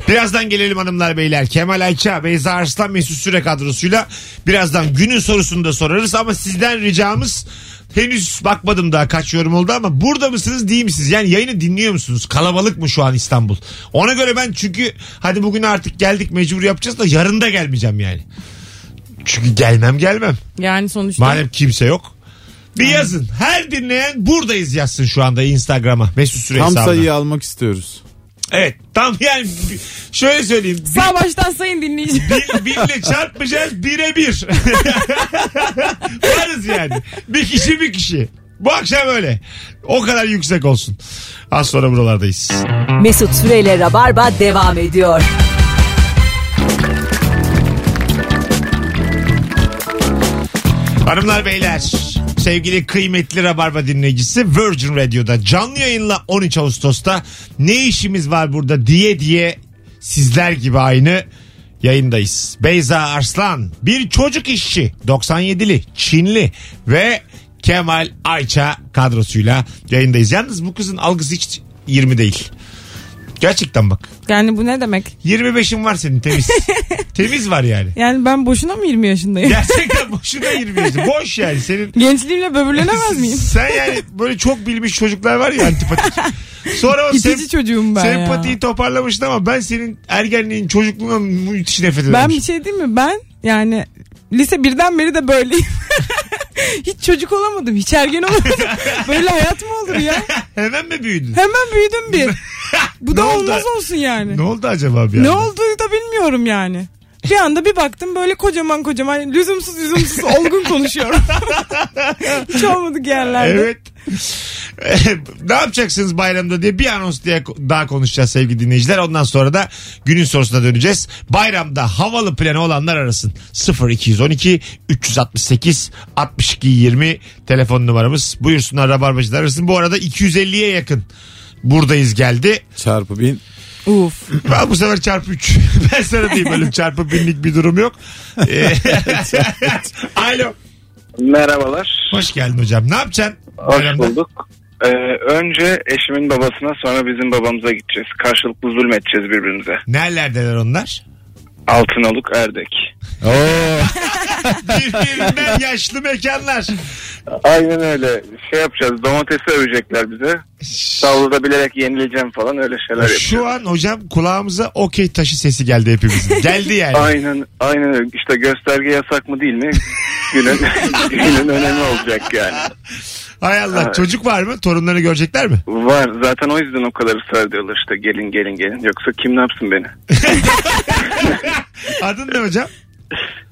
Speaker 2: Birazdan gelelim hanımlar beyler. Kemal Ayça, Beyza Arslan, Mesut Süre kadrosuyla birazdan günün sorusunu da sorarız ama sizden ricamız henüz bakmadım daha kaç yorum oldu ama burada mısınız değil misiniz? Yani yayını dinliyor musunuz? Kalabalık mı şu an İstanbul? Ona göre ben çünkü hadi bugün artık geldik mecbur yapacağız da yarın da gelmeyeceğim yani. Çünkü gelmem gelmem.
Speaker 5: Yani sonuçta.
Speaker 2: Madem kimse yok. Bir yazın. Her dinleyen buradayız yazsın şu anda Instagram'a. Mesut Süre
Speaker 3: Tam
Speaker 2: hesabına.
Speaker 3: sayıyı almak istiyoruz.
Speaker 2: Evet. Tam yani şöyle söyleyeyim.
Speaker 5: Sağ baştan sayın dinleyici.
Speaker 2: Bil, bille çarpmayacağız bire bir. Varız yani. Bir kişi bir kişi. Bu akşam öyle. O kadar yüksek olsun. Az sonra buralardayız.
Speaker 1: Mesut Süreyle Rabarba devam ediyor.
Speaker 2: Hanımlar beyler sevgili kıymetli Rabarba dinleyicisi Virgin Radio'da canlı yayınla 13 Ağustos'ta ne işimiz var burada diye diye sizler gibi aynı yayındayız. Beyza Arslan bir çocuk işçi 97'li Çinli ve Kemal Ayça kadrosuyla yayındayız. Yalnız bu kızın algısı hiç 20 değil. Gerçekten bak.
Speaker 5: Yani bu ne demek?
Speaker 2: 25'in var senin temiz. temiz var yani.
Speaker 5: Yani ben boşuna mı 20 yaşındayım?
Speaker 2: Gerçekten boşuna 20 yaşında. Boş yani senin
Speaker 5: Gençliğimle böbürlenemez miyim?
Speaker 2: Sen yani böyle çok bilmiş çocuklar var ya antipatik. Sonra o
Speaker 5: İtici
Speaker 2: sem-
Speaker 5: çocuğum ben
Speaker 2: sempatiyi
Speaker 5: ya.
Speaker 2: toparlamışsın ama ben senin ergenliğin çocukluğuna müthiş nefret
Speaker 5: Ben
Speaker 2: ederim.
Speaker 5: bir şey diyeyim mi? Ben yani lise birden beri de böyleyim. hiç çocuk olamadım. Hiç ergen olamadım. Böyle hayat mı olur ya?
Speaker 2: Hemen mi büyüdün?
Speaker 5: Hemen büyüdüm bir. Bu
Speaker 2: Ne
Speaker 5: da
Speaker 2: oldu?
Speaker 5: olmaz olsun yani.
Speaker 2: ne oldu acaba bir
Speaker 5: Ne
Speaker 2: anda?
Speaker 5: olduğunu da bilmiyorum yani. Bir anda bir baktım böyle kocaman kocaman lüzumsuz lüzumsuz olgun konuşuyorum. Hiç olmadık yerlerde.
Speaker 2: Evet. ne yapacaksınız bayramda diye bir anons diye daha konuşacağız sevgili dinleyiciler. Ondan sonra da günün sorusuna döneceğiz. Bayramda havalı planı olanlar arasın. 0212 368 62 20 telefon numaramız. Buyursunlar rabarbacılar arasın. Bu arada 250'ye yakın buradayız geldi.
Speaker 3: Çarpı bin.
Speaker 5: Uf.
Speaker 2: Ben bu sefer çarpı 3. Ben sana diyeyim böyle çarpı binlik bir durum yok. Ee, Alo.
Speaker 8: Merhabalar.
Speaker 2: Hoş geldin hocam. Ne yapacaksın?
Speaker 8: Hoş
Speaker 2: bayramda?
Speaker 8: bulduk. Ee, önce eşimin babasına sonra bizim babamıza gideceğiz. Karşılıklı zulmedeceğiz birbirimize.
Speaker 2: Nerelerdeler onlar?
Speaker 8: Altınoluk Erdek.
Speaker 3: Oo.
Speaker 2: Birbirinden yaşlı mekanlar.
Speaker 8: Aynen öyle. Şey yapacağız. Domatesi övecekler bize. Tavlada bilerek yenileceğim falan öyle şeyler
Speaker 2: Şu
Speaker 8: yapacağız.
Speaker 2: an hocam kulağımıza okey taşı sesi geldi hepimizin. Geldi yani.
Speaker 8: Aynen, aynen öyle. İşte gösterge yasak mı değil mi? Günün, günün önemi olacak yani.
Speaker 2: Hay Allah.
Speaker 8: Evet.
Speaker 2: Çocuk var mı? Torunları görecekler mi?
Speaker 8: Var. Zaten o yüzden o kadar ısrar ediyorlar işte gelin gelin gelin. Yoksa kim ne yapsın beni?
Speaker 2: Adın ne hocam?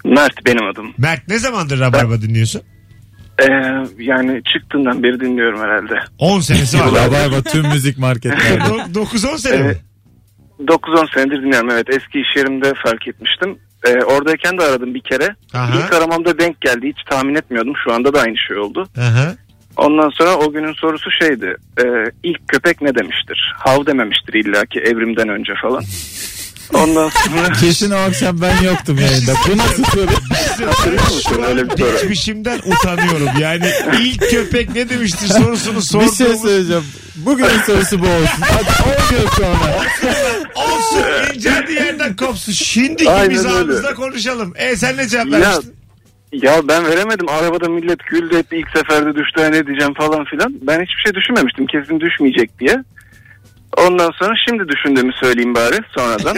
Speaker 8: Mert benim adım.
Speaker 2: Mert ne zamandır Rabarba dinliyorsun?
Speaker 8: Ee, yani çıktığından beri dinliyorum herhalde.
Speaker 2: 10 senesi var.
Speaker 3: Rabarba tüm müzik marketlerde.
Speaker 2: 9-10 sene mi?
Speaker 8: Evet. 9-10 senedir dinliyorum evet. Eski iş yerimde fark etmiştim. Ee, oradayken de aradım bir kere.
Speaker 2: Aha.
Speaker 8: İlk aramamda denk geldi. Hiç tahmin etmiyordum. Şu anda da aynı şey oldu.
Speaker 2: Aha.
Speaker 8: Ondan sonra o günün sorusu şeydi. Ee, ilk köpek ne demiştir? Hav dememiştir illaki evrimden önce falan. Ondan sonra...
Speaker 3: Kesin o akşam ben yoktum yayında. Bu nasıl soru?
Speaker 8: Hatırlıyor musun öyle bir soru?
Speaker 2: Geçmişimden utanıyorum. Yani ilk köpek ne demiştir sorusunu
Speaker 3: Bir şey
Speaker 2: sorduğumuz
Speaker 3: söyleyeceğim. Bugünün sorusu bu olsun. Hadi 10 yıl sonra.
Speaker 2: olsun. inceldiği yerden kopsun. Şimdiki
Speaker 8: Aynen
Speaker 2: mizahımızla
Speaker 8: öyle.
Speaker 2: konuşalım. E sen ne cevap
Speaker 8: Ya,
Speaker 2: vermiştin?
Speaker 8: ya ben veremedim. Arabada millet güldü etti. ilk seferde düştü. "Ha, Ne diyeceğim falan filan. Ben hiçbir şey düşünmemiştim. Kesin düşmeyecek diye. Ondan sonra şimdi düşündüğümü söyleyeyim bari sonradan.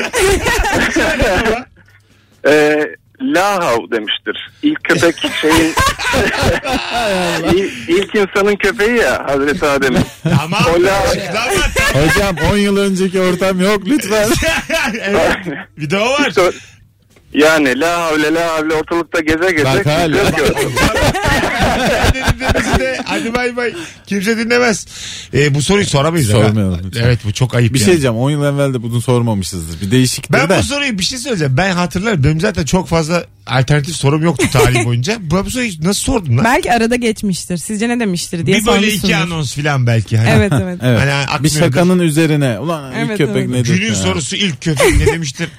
Speaker 8: ee, la hav demiştir. İlk köpek şeyin... İl- ilk insanın köpeği ya Hazreti Adem'in.
Speaker 2: Tamam.
Speaker 8: Ola.
Speaker 2: Tamam.
Speaker 3: Hocam 10 yıl önceki ortam yok lütfen.
Speaker 2: evet. Bir de o var.
Speaker 8: İşte o- yani la havle la havle ortalıkta geze geze.
Speaker 3: Bak hala.
Speaker 8: kimse yok.
Speaker 2: Dediğimizi de hadi bay bay. Kimse dinlemez. E, bu soruyu soramayız. ama.
Speaker 3: Sormayalım lütfen.
Speaker 2: Evet bu çok ayıp
Speaker 3: Bir şey
Speaker 2: yani.
Speaker 3: diyeceğim 10 yıl evvel de bunu sormamışızdır. Bir değişiktir
Speaker 2: Ben
Speaker 3: de.
Speaker 2: bu soruyu bir şey söyleyeceğim. Ben hatırlarım. Benim zaten çok fazla alternatif sorum yoktu tarih boyunca. Bu, bu soruyu nasıl sordun lan?
Speaker 5: Belki arada geçmiştir. Sizce ne demiştir diye
Speaker 2: bir böyle iki
Speaker 5: sormuşsunuz.
Speaker 2: anons falan belki. Hani.
Speaker 5: Evet evet.
Speaker 3: Evet.
Speaker 2: Hani akmıyordur.
Speaker 3: bir şakanın üzerine. Ulan ilk
Speaker 5: Evet,
Speaker 3: köpek
Speaker 5: evet.
Speaker 3: nedir?
Speaker 2: Günün
Speaker 3: ya?
Speaker 2: sorusu ilk köpek ne demiştir?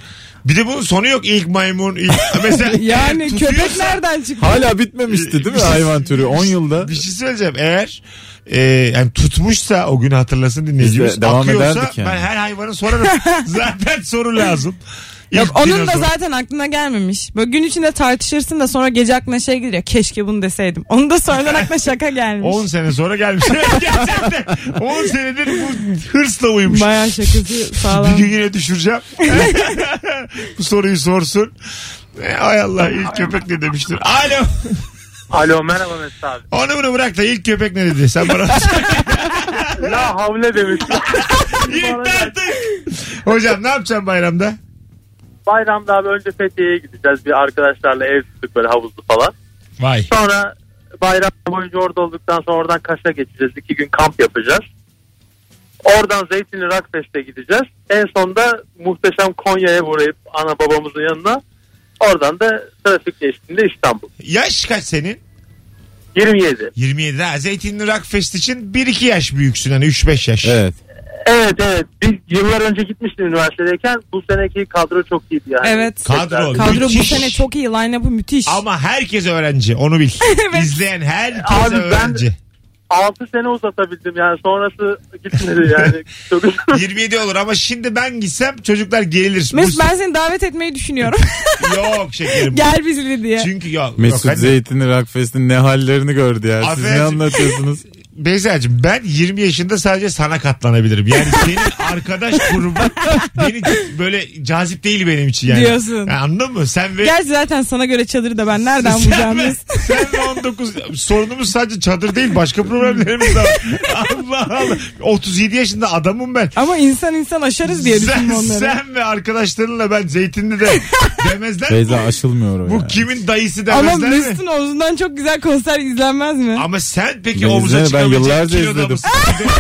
Speaker 2: Bir de bunun sonu yok. İlk maymun, ilk... Mesela
Speaker 5: Yani köpek
Speaker 2: tutuyorsa-
Speaker 5: nereden çıktı?
Speaker 3: Hala bitmemişti değil mi hayvan türü? 10 yılda.
Speaker 2: şey- Bir şey söyleyeceğim. Eğer e, yani tutmuşsa o günü hatırlasın dinleyicimiz.
Speaker 3: Biz de devam
Speaker 2: Akıyorsa
Speaker 3: ederdik yani.
Speaker 2: ben her hayvanı sorarım. Zaten soru lazım.
Speaker 5: Yok
Speaker 2: İlk
Speaker 5: onun da
Speaker 2: dinozor.
Speaker 5: zaten aklına gelmemiş. Böyle gün içinde tartışırsın da sonra gece aklına şey geliyor. Keşke bunu deseydim. Onun da sonradan aklına şaka gelmiş.
Speaker 2: 10 sene sonra gelmiş. Gerçekten 10 senedir bu hırsla uyumuş.
Speaker 5: Bayağı şakası sağlam.
Speaker 2: Bir gün yine düşüreceğim. bu soruyu sorsun. E, Ay Allah ilk köpek ne demiştir? Alo.
Speaker 6: Alo merhaba Mesut abi.
Speaker 2: Onu bunu bırak da ilk köpek ne dedi? Sen bana
Speaker 6: La havle demiştir.
Speaker 2: Yeter artık. Hocam ne yapacaksın bayramda?
Speaker 6: Bayramda abi önce Fethiye'ye gideceğiz. Bir arkadaşlarla ev tuttuk böyle havuzlu falan.
Speaker 2: Vay.
Speaker 6: Sonra bayram boyunca orada olduktan sonra oradan Kaş'a geçeceğiz. İki gün kamp yapacağız. Oradan Zeytinli Rockfest'e gideceğiz. En sonda muhteşem Konya'ya uğrayıp ana babamızın yanına. Oradan da trafik geçtiğinde İstanbul.
Speaker 2: Yaş kaç senin?
Speaker 6: 27.
Speaker 2: 27. Ha, Zeytinli Rockfest için 1-2 yaş büyüksün hani 3-5 yaş.
Speaker 3: Evet.
Speaker 6: Evet evet. Biz yıllar önce gitmiştim üniversitedeyken. Bu seneki kadro çok iyiydi yani.
Speaker 5: Evet.
Speaker 2: Kadro,
Speaker 5: Kadro bu
Speaker 2: müthiş.
Speaker 5: sene çok iyi. Line-up'ı müthiş.
Speaker 2: Ama herkes öğrenci onu bil. İzleyen herkes
Speaker 6: Abi ben-
Speaker 2: öğrenci.
Speaker 6: 6 sene uzatabildim yani. Sonrası gitmedi yani. Çok
Speaker 2: 27 olur ama şimdi ben gitsem çocuklar gelir.
Speaker 5: Mesut
Speaker 2: Bu-
Speaker 5: ben seni davet etmeyi düşünüyorum.
Speaker 2: Yok şekerim.
Speaker 5: Gel bizimle diye.
Speaker 2: Çünkü yok.
Speaker 3: Mesut
Speaker 2: yok, hadi.
Speaker 3: Zeytin'i Rockfest'in ne hallerini gördü ya. Siz
Speaker 2: Affedersin.
Speaker 3: ne anlatıyorsunuz?
Speaker 2: Beyza'cığım ben 20 yaşında sadece sana katlanabilirim. Yani senin arkadaş grubun beni böyle cazip değil benim için yani.
Speaker 5: Diyorsun.
Speaker 2: Ya anladın mı? Sen ve
Speaker 5: Gerçi zaten sana göre çadırı da ben nereden bulacağım
Speaker 2: ve-
Speaker 5: Mesut?
Speaker 2: sen ve 19 sorunumuz sadece çadır değil başka problemlerimiz de var. Allah Allah. 37 yaşında adamım ben.
Speaker 5: Ama insan insan aşarız diye
Speaker 2: sen,
Speaker 5: düşündüm onları.
Speaker 2: sen ve arkadaşlarınla ben zeytinli de demezler. mi?
Speaker 3: Beyza aşılmıyor o
Speaker 2: Bu
Speaker 3: ya.
Speaker 2: kimin dayısı demezler
Speaker 5: Ama
Speaker 2: mi?
Speaker 5: Mesut'un omzundan çok güzel konser izlenmez mi?
Speaker 2: Ama sen peki
Speaker 3: Ben
Speaker 2: omuza
Speaker 3: izlerim, ben
Speaker 2: çıkamayacak
Speaker 3: yıllarca
Speaker 2: kiloda
Speaker 3: izledim.
Speaker 2: mısın?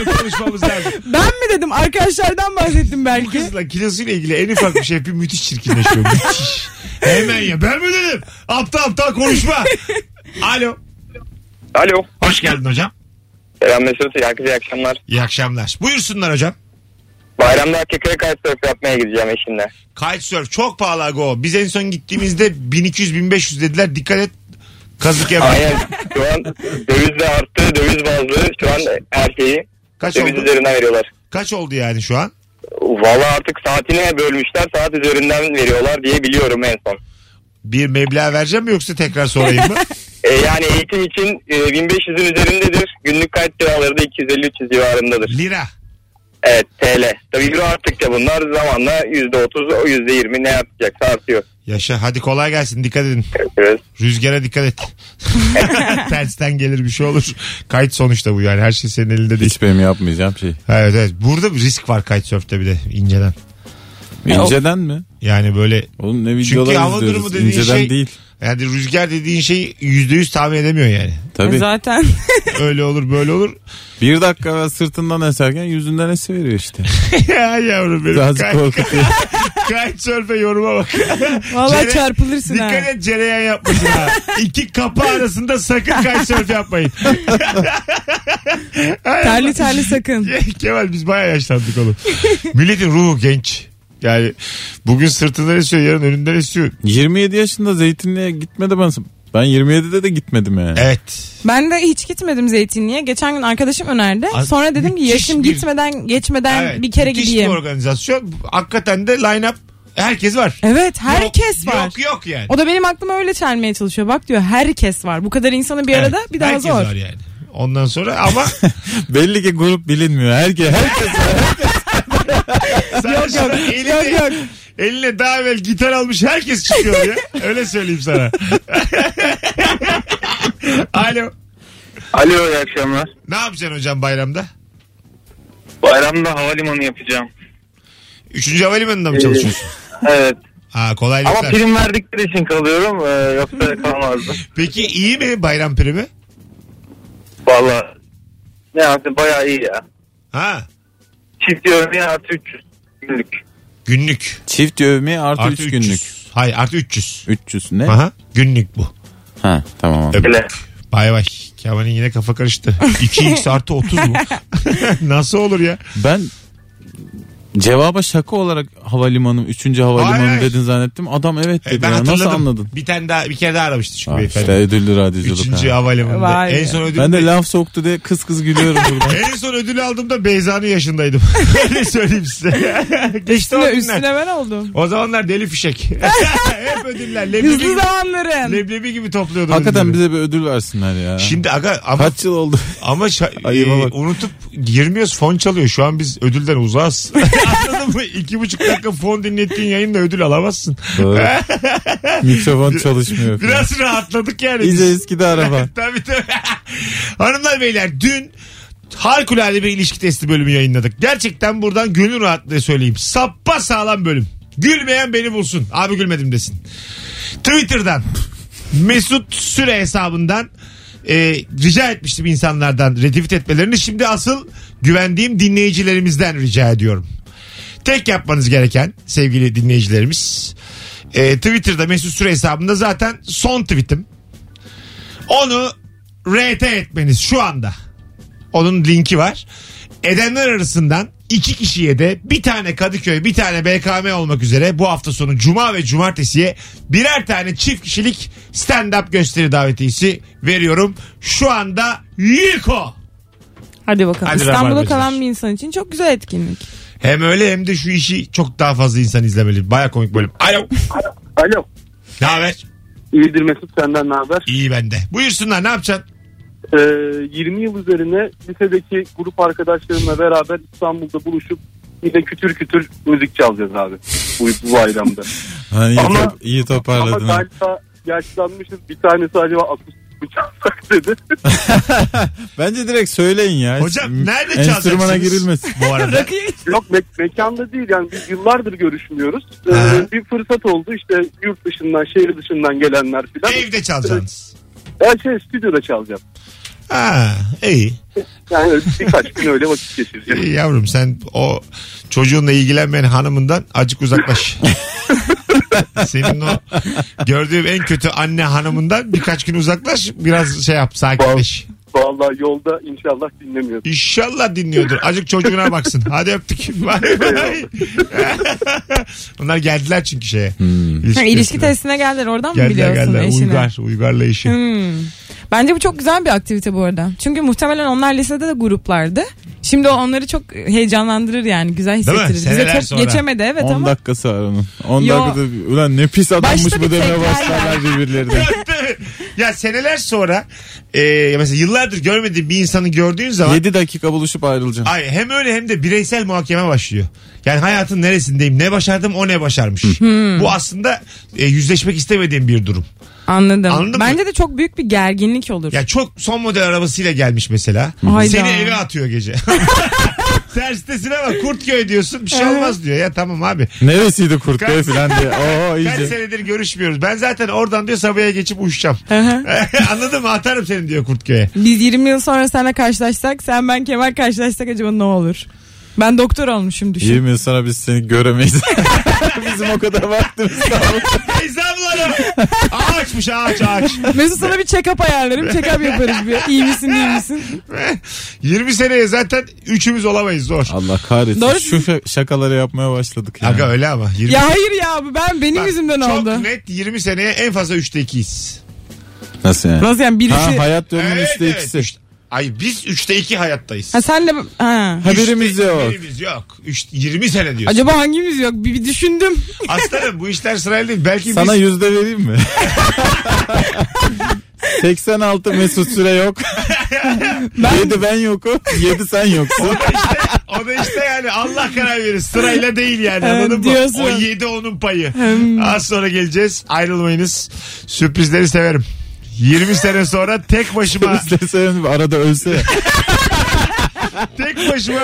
Speaker 2: Bir de konuşmamız lazım.
Speaker 5: Ben mi dedim? Arkadaşlardan bahsettim
Speaker 2: Bu
Speaker 5: belki.
Speaker 2: kızla kilosuyla ilgili en ufak bir şey yapayım müthiş çirkinleşiyor. müthiş. Hemen ya. Ben mi dedim? Aptal aptal konuşma. Alo.
Speaker 8: Alo.
Speaker 2: Hoş geldin hocam.
Speaker 8: Selam Mesut. Herkese iyi akşamlar.
Speaker 2: İyi akşamlar. Buyursunlar hocam.
Speaker 8: Bayramda kekere kitesurf yapmaya gideceğim eşimle.
Speaker 2: Kitesurf çok pahalı go. Biz en son gittiğimizde 1200-1500 dediler. Dikkat et. Kazık yeme.
Speaker 8: Aynen. Şu an döviz de arttı. Döviz bazlı. Şu an her şeyi
Speaker 2: Kaç
Speaker 8: döviz
Speaker 2: oldu?
Speaker 8: üzerinden veriyorlar.
Speaker 2: Kaç oldu yani şu an?
Speaker 8: Valla artık saatine bölmüşler. Saat üzerinden veriyorlar diye biliyorum en son.
Speaker 2: bir meblağ vereceğim mi yoksa tekrar sorayım mı?
Speaker 6: E, yani eğitim için e, 1500'ün üzerindedir. Günlük kayıt kiraları da 250-300 civarındadır.
Speaker 2: Lira.
Speaker 6: Evet TL. Tabii bir arttıkça bunlar zamanla %30, %20 ne yapacaksa artıyor.
Speaker 2: Yaşa hadi kolay gelsin dikkat edin.
Speaker 6: Evet.
Speaker 2: Rüzgara dikkat et. Tersten gelir bir şey olur. Kayıt sonuçta bu yani her şey senin elinde değil.
Speaker 3: Hiç benim yapmayacağım şey.
Speaker 2: Evet evet burada bir risk var kite surf'te bir de inceden.
Speaker 3: İnceden mi?
Speaker 2: Yani böyle
Speaker 3: Oğlum ne
Speaker 2: Çünkü
Speaker 3: videolar
Speaker 2: hava durumu
Speaker 3: izliyoruz.
Speaker 2: dediğin
Speaker 3: İnceden
Speaker 2: şey-
Speaker 3: değil.
Speaker 2: yani rüzgar dediğin şeyi yüzde yüz tahmin edemiyor yani.
Speaker 3: Tabii.
Speaker 5: E Zaten
Speaker 2: Öyle olur böyle olur.
Speaker 3: Bir dakika ve sırtından eserken yüzünden esiveriyor işte.
Speaker 2: ya yavrum benim.
Speaker 3: Biraz
Speaker 2: Kite-
Speaker 3: korkutuyor.
Speaker 2: Kite surf'e yoruma bak.
Speaker 5: valla
Speaker 2: Cere-
Speaker 5: çarpılırsın ha.
Speaker 2: Dikkat et cereyan yapmasın ha. İki kapı arasında sakın kite surf yapmayın.
Speaker 5: Terli terli sakın.
Speaker 2: Kemal biz bayağı yaşlandık oğlum. Milletin ruhu genç. Yani bugün sırtından esiyor yarın önünden esiyor.
Speaker 3: 27 yaşında zeytinliğe gitmedi ben. Ben 27'de de gitmedim yani.
Speaker 2: Evet.
Speaker 5: Ben de hiç gitmedim zeytinliğe. Geçen gün arkadaşım önerdi.
Speaker 2: Az-
Speaker 5: Sonra dedim ki
Speaker 2: müthiş
Speaker 5: yaşım
Speaker 2: bir-
Speaker 5: gitmeden geçmeden
Speaker 2: evet.
Speaker 5: bir kere
Speaker 2: Müthiş
Speaker 5: gideyim.
Speaker 2: bir organizasyon. Hakikaten de line up herkes var.
Speaker 5: Evet herkes
Speaker 2: Yok-
Speaker 5: var.
Speaker 2: Yok yok yani.
Speaker 5: O da benim aklıma öyle çelmeye çalışıyor. Bak diyor herkes var. Bu kadar insanı bir arada
Speaker 2: Evet,
Speaker 5: bir daha
Speaker 2: herkes
Speaker 5: zor.
Speaker 2: var yani. Ondan sonra ama
Speaker 3: Belli ki grup bilinmiyor. Herkes, herkes
Speaker 2: sana şuna eline,
Speaker 5: Yok, yok.
Speaker 2: eline daha evvel gitar almış herkes çıkıyor ya. Öyle söyleyeyim sana. Alo.
Speaker 8: Alo iyi akşamlar.
Speaker 2: Ne yapacaksın hocam bayramda?
Speaker 8: Bayramda havalimanı yapacağım.
Speaker 2: Üçüncü havalimanında mı çalışıyorsun?
Speaker 8: Evet.
Speaker 2: Ha
Speaker 8: Ama
Speaker 2: kolaylıklar.
Speaker 8: prim verdikleri için kalıyorum. Ee, yoksa kalmazdım.
Speaker 2: Peki iyi mi bayram primi?
Speaker 8: Valla ne yaptı bayağı iyi ya.
Speaker 2: Ha
Speaker 8: Çift örneği artı 300 günlük.
Speaker 2: günlük.
Speaker 3: Çift övme artı,
Speaker 2: Artı
Speaker 3: 3
Speaker 2: 300.
Speaker 3: günlük.
Speaker 2: Hayır artı 300.
Speaker 3: 300 ne?
Speaker 2: Aha E, günlük bu.
Speaker 3: Ha tamam. anladım.
Speaker 8: Öyle.
Speaker 2: Bay bay. Kemal'in yine kafa karıştı. 2x artı 30 mu? Nasıl olur ya?
Speaker 3: Ben cevaba şaka olarak havalimanı 3. havalimanı
Speaker 2: Hayır.
Speaker 3: dedin zannettim. Adam evet dedi.
Speaker 2: E, ben
Speaker 3: ya. Nasıl
Speaker 2: hatırladım.
Speaker 3: anladın?
Speaker 2: Bir tane daha bir kere daha aramıştı çünkü
Speaker 3: Ha,
Speaker 2: beyefendi.
Speaker 3: işte ödüllü radyoculuk.
Speaker 2: Üçüncü
Speaker 3: ha.
Speaker 2: havalimanında.
Speaker 5: Vay
Speaker 2: en
Speaker 5: be.
Speaker 2: son ödül.
Speaker 3: Ben de laf soktu diye kıs kıs gülüyorum buradan.
Speaker 2: En son ödülü aldığımda Beyza'nın yaşındaydım. Öyle söyleyeyim size. Geçti o
Speaker 5: Üstüne,
Speaker 2: günler.
Speaker 5: üstüne ben oldum.
Speaker 2: O zamanlar deli fişek. Hep ödüller. Leblebi,
Speaker 5: Hızlı
Speaker 2: gibi,
Speaker 5: zamanların.
Speaker 2: leblebi gibi topluyordum.
Speaker 3: Hakikaten
Speaker 2: ödülleri.
Speaker 3: bize bir ödül versinler ya.
Speaker 2: Şimdi aga ama
Speaker 3: Kaç yıl oldu?
Speaker 2: Ama şa-
Speaker 3: Ayıba
Speaker 2: e,
Speaker 3: bak.
Speaker 2: unutup girmiyoruz fon çalıyor. Şu an biz ödülden uzağız. Anladın mı? İki buçuk dakika fon dinlettiğin yayında ödül alamazsın.
Speaker 3: Doğru. Mikrofon çalışmıyor. Biraz
Speaker 2: Biraz rahatladık yani. biz.
Speaker 3: İyice eskidi araba.
Speaker 2: tabii tabii. Hanımlar beyler dün harikulade bir ilişki testi bölümü yayınladık. Gerçekten buradan gönül rahatlığı söyleyeyim. Sappa sağlam bölüm. Gülmeyen beni bulsun. Abi gülmedim desin. Twitter'dan Mesut Süre hesabından e, rica etmiştim insanlardan retweet etmelerini. Şimdi asıl güvendiğim dinleyicilerimizden rica ediyorum. Tek yapmanız gereken sevgili dinleyicilerimiz e, Twitter'da Mesut Süre hesabında zaten son tweetim. Onu RT etmeniz şu anda. Onun linki var. Edenler arasından iki kişiye de bir tane Kadıköy bir tane BKM olmak üzere bu hafta sonu Cuma ve Cumartesi'ye birer tane çift kişilik stand-up gösteri davetiyesi veriyorum. Şu anda Yiko.
Speaker 5: Hadi bakalım.
Speaker 2: Hadi
Speaker 5: İstanbul'da
Speaker 2: Rabarbacılar.
Speaker 5: kalan bir insan için çok güzel etkinlik.
Speaker 2: Hem öyle hem de şu işi çok daha fazla insan izlemeli. Baya komik bölüm. Alo.
Speaker 4: Alo.
Speaker 2: Ne haber?
Speaker 4: İyidir Mesut senden ne haber?
Speaker 2: İyi bende. Buyursunlar ne yapacaksın?
Speaker 4: Ee, 20 yıl üzerine lisedeki grup arkadaşlarımla beraber İstanbul'da buluşup yine kütür kütür müzik çalacağız abi bu, bu bayramda.
Speaker 3: Ha, iyi,
Speaker 4: Ama-
Speaker 3: top- iyi
Speaker 4: Ama
Speaker 3: toparladın.
Speaker 4: galiba yaşlanmışız bir tanesi acaba akustik mi çalsak dedi.
Speaker 3: Bence direkt söyleyin ya.
Speaker 2: Hocam nerede çalacaksınız?
Speaker 3: Enstrümana girilmesin.
Speaker 2: Bu arada.
Speaker 4: Yok me- mekanda değil yani biz yıllardır görüşmüyoruz. Ee,
Speaker 2: Aha.
Speaker 4: bir fırsat oldu işte yurt dışından şehir dışından gelenler filan.
Speaker 2: Evde çalacaksınız.
Speaker 4: Ben şey stüdyoda çalacağım.
Speaker 2: Ha, iyi.
Speaker 4: Yani öyle birkaç gün öyle vakit geçireceğim.
Speaker 2: İyi yavrum sen o çocuğunla ilgilenmeyen hanımından acık uzaklaş. Senin o gördüğüm en kötü anne hanımından birkaç gün uzaklaş biraz şey yap sakinleş.
Speaker 4: Vallahi yolda inşallah dinlemiyorum.
Speaker 2: İnşallah dinliyordur. Acık çocuğuna baksın. Hadi öptük. Bay bay. Onlar geldiler çünkü şeye.
Speaker 5: Ha, ilişki
Speaker 2: testine.
Speaker 5: testine geldiler oradan mı
Speaker 2: Geldiler
Speaker 5: biliyorsun
Speaker 2: geldiler.
Speaker 5: eşini?
Speaker 2: Uygar. Uygar'la işi.
Speaker 5: Hmm. Bence bu çok güzel bir aktivite bu arada. Çünkü muhtemelen onlar lisede de gruplardı. Şimdi o onları çok heyecanlandırır yani. Güzel
Speaker 2: mi?
Speaker 5: hissettirir. Bize
Speaker 2: Seneler
Speaker 5: çok
Speaker 2: sonra.
Speaker 5: geçemedi evet
Speaker 3: 10
Speaker 5: ama.
Speaker 3: dakikası var onun. 10
Speaker 5: Yo.
Speaker 3: dakikada bir- ulan ne pis adammış
Speaker 5: Başta
Speaker 3: bu
Speaker 5: bir
Speaker 3: demeye
Speaker 5: tekrar
Speaker 3: başlarlar birbirlerine.
Speaker 2: ya seneler sonra e, mesela yıllardır görmediğin bir insanı gördüğün zaman
Speaker 3: 7 dakika buluşup ayrılacaksın.
Speaker 2: Ay hem öyle hem de bireysel muhakeme başlıyor. Yani hayatın neresindeyim, ne başardım, o ne başarmış.
Speaker 5: Hmm.
Speaker 2: Bu aslında e, yüzleşmek istemediğim bir durum.
Speaker 5: Anladım.
Speaker 2: Anladın mı?
Speaker 5: Bence de çok büyük bir gerginlik olur.
Speaker 2: Ya çok son model arabasıyla gelmiş mesela.
Speaker 5: Hayda.
Speaker 2: Seni eve atıyor gece. Terstesine bak Kurtköy diyorsun bir şey olmaz diyor. Ya tamam abi.
Speaker 3: Neresiydi kurt bey
Speaker 2: Kaç-
Speaker 3: filan diye. Oo
Speaker 2: Kaç
Speaker 3: iyice.
Speaker 2: senedir görüşmüyoruz. Ben zaten oradan diyor Sabiha'ya geçip uyuşacağım.
Speaker 5: hı.
Speaker 2: Anladın mı? Atarım seni diyor Kurtköy'e.
Speaker 5: Biz 20 yıl sonra seninle karşılaşsak sen ben Kemal karşılaşsak acaba ne olur? Ben doktor olmuşum düşün.
Speaker 3: 20 yıl sonra biz seni göremeyiz. Bizim o kadar vaktimiz kalmadı.
Speaker 2: Ezamlarım. Ağaçmış ağaç ağaç.
Speaker 5: Mesut sana bir check-up ayarlarım. Check-up yaparız bir. İyi misin değil misin?
Speaker 2: 20 Eh, seneye zaten üçümüz olamayız zor.
Speaker 3: Allah kahretsin.
Speaker 5: Doğru.
Speaker 3: Şu şa- şakaları yapmaya başladık ya.
Speaker 2: Aga öyle ama. 20
Speaker 5: Ya hayır ya bu ben benim yüzümden
Speaker 2: çok
Speaker 5: oldu.
Speaker 2: net 20 seneye en fazla 3'te 2'yiz.
Speaker 3: Nasıl yani?
Speaker 5: Nasıl yani birisi...
Speaker 3: Ha,
Speaker 5: Ha,
Speaker 3: hayat yolunun üstte ikisi.
Speaker 2: Ay biz 3'te 2 hayattayız.
Speaker 5: senle... Ha.
Speaker 3: Haberimiz
Speaker 2: Üçte-
Speaker 3: yok.
Speaker 2: Haberimiz yok. Üç- 20 sene diyorsun.
Speaker 5: Acaba hangimiz yok? Bir, bir düşündüm.
Speaker 2: Aslanım bu işler sırayla değil. Belki
Speaker 3: Sana
Speaker 2: biz...
Speaker 3: yüzde vereyim mi? 86 Mesut Süre yok. 7 ben yokum. 7 sen yoksun.
Speaker 2: O da işte yani Allah karar verir. Sırayla değil yani.
Speaker 5: Ee,
Speaker 2: Anladın mı?
Speaker 5: diyorsun.
Speaker 2: O 7 onun payı. Az sonra geleceğiz. Ayrılmayınız. Sürprizleri severim. 20 sene sonra tek başıma
Speaker 3: İstersen arada ölse. ya.
Speaker 2: tek başıma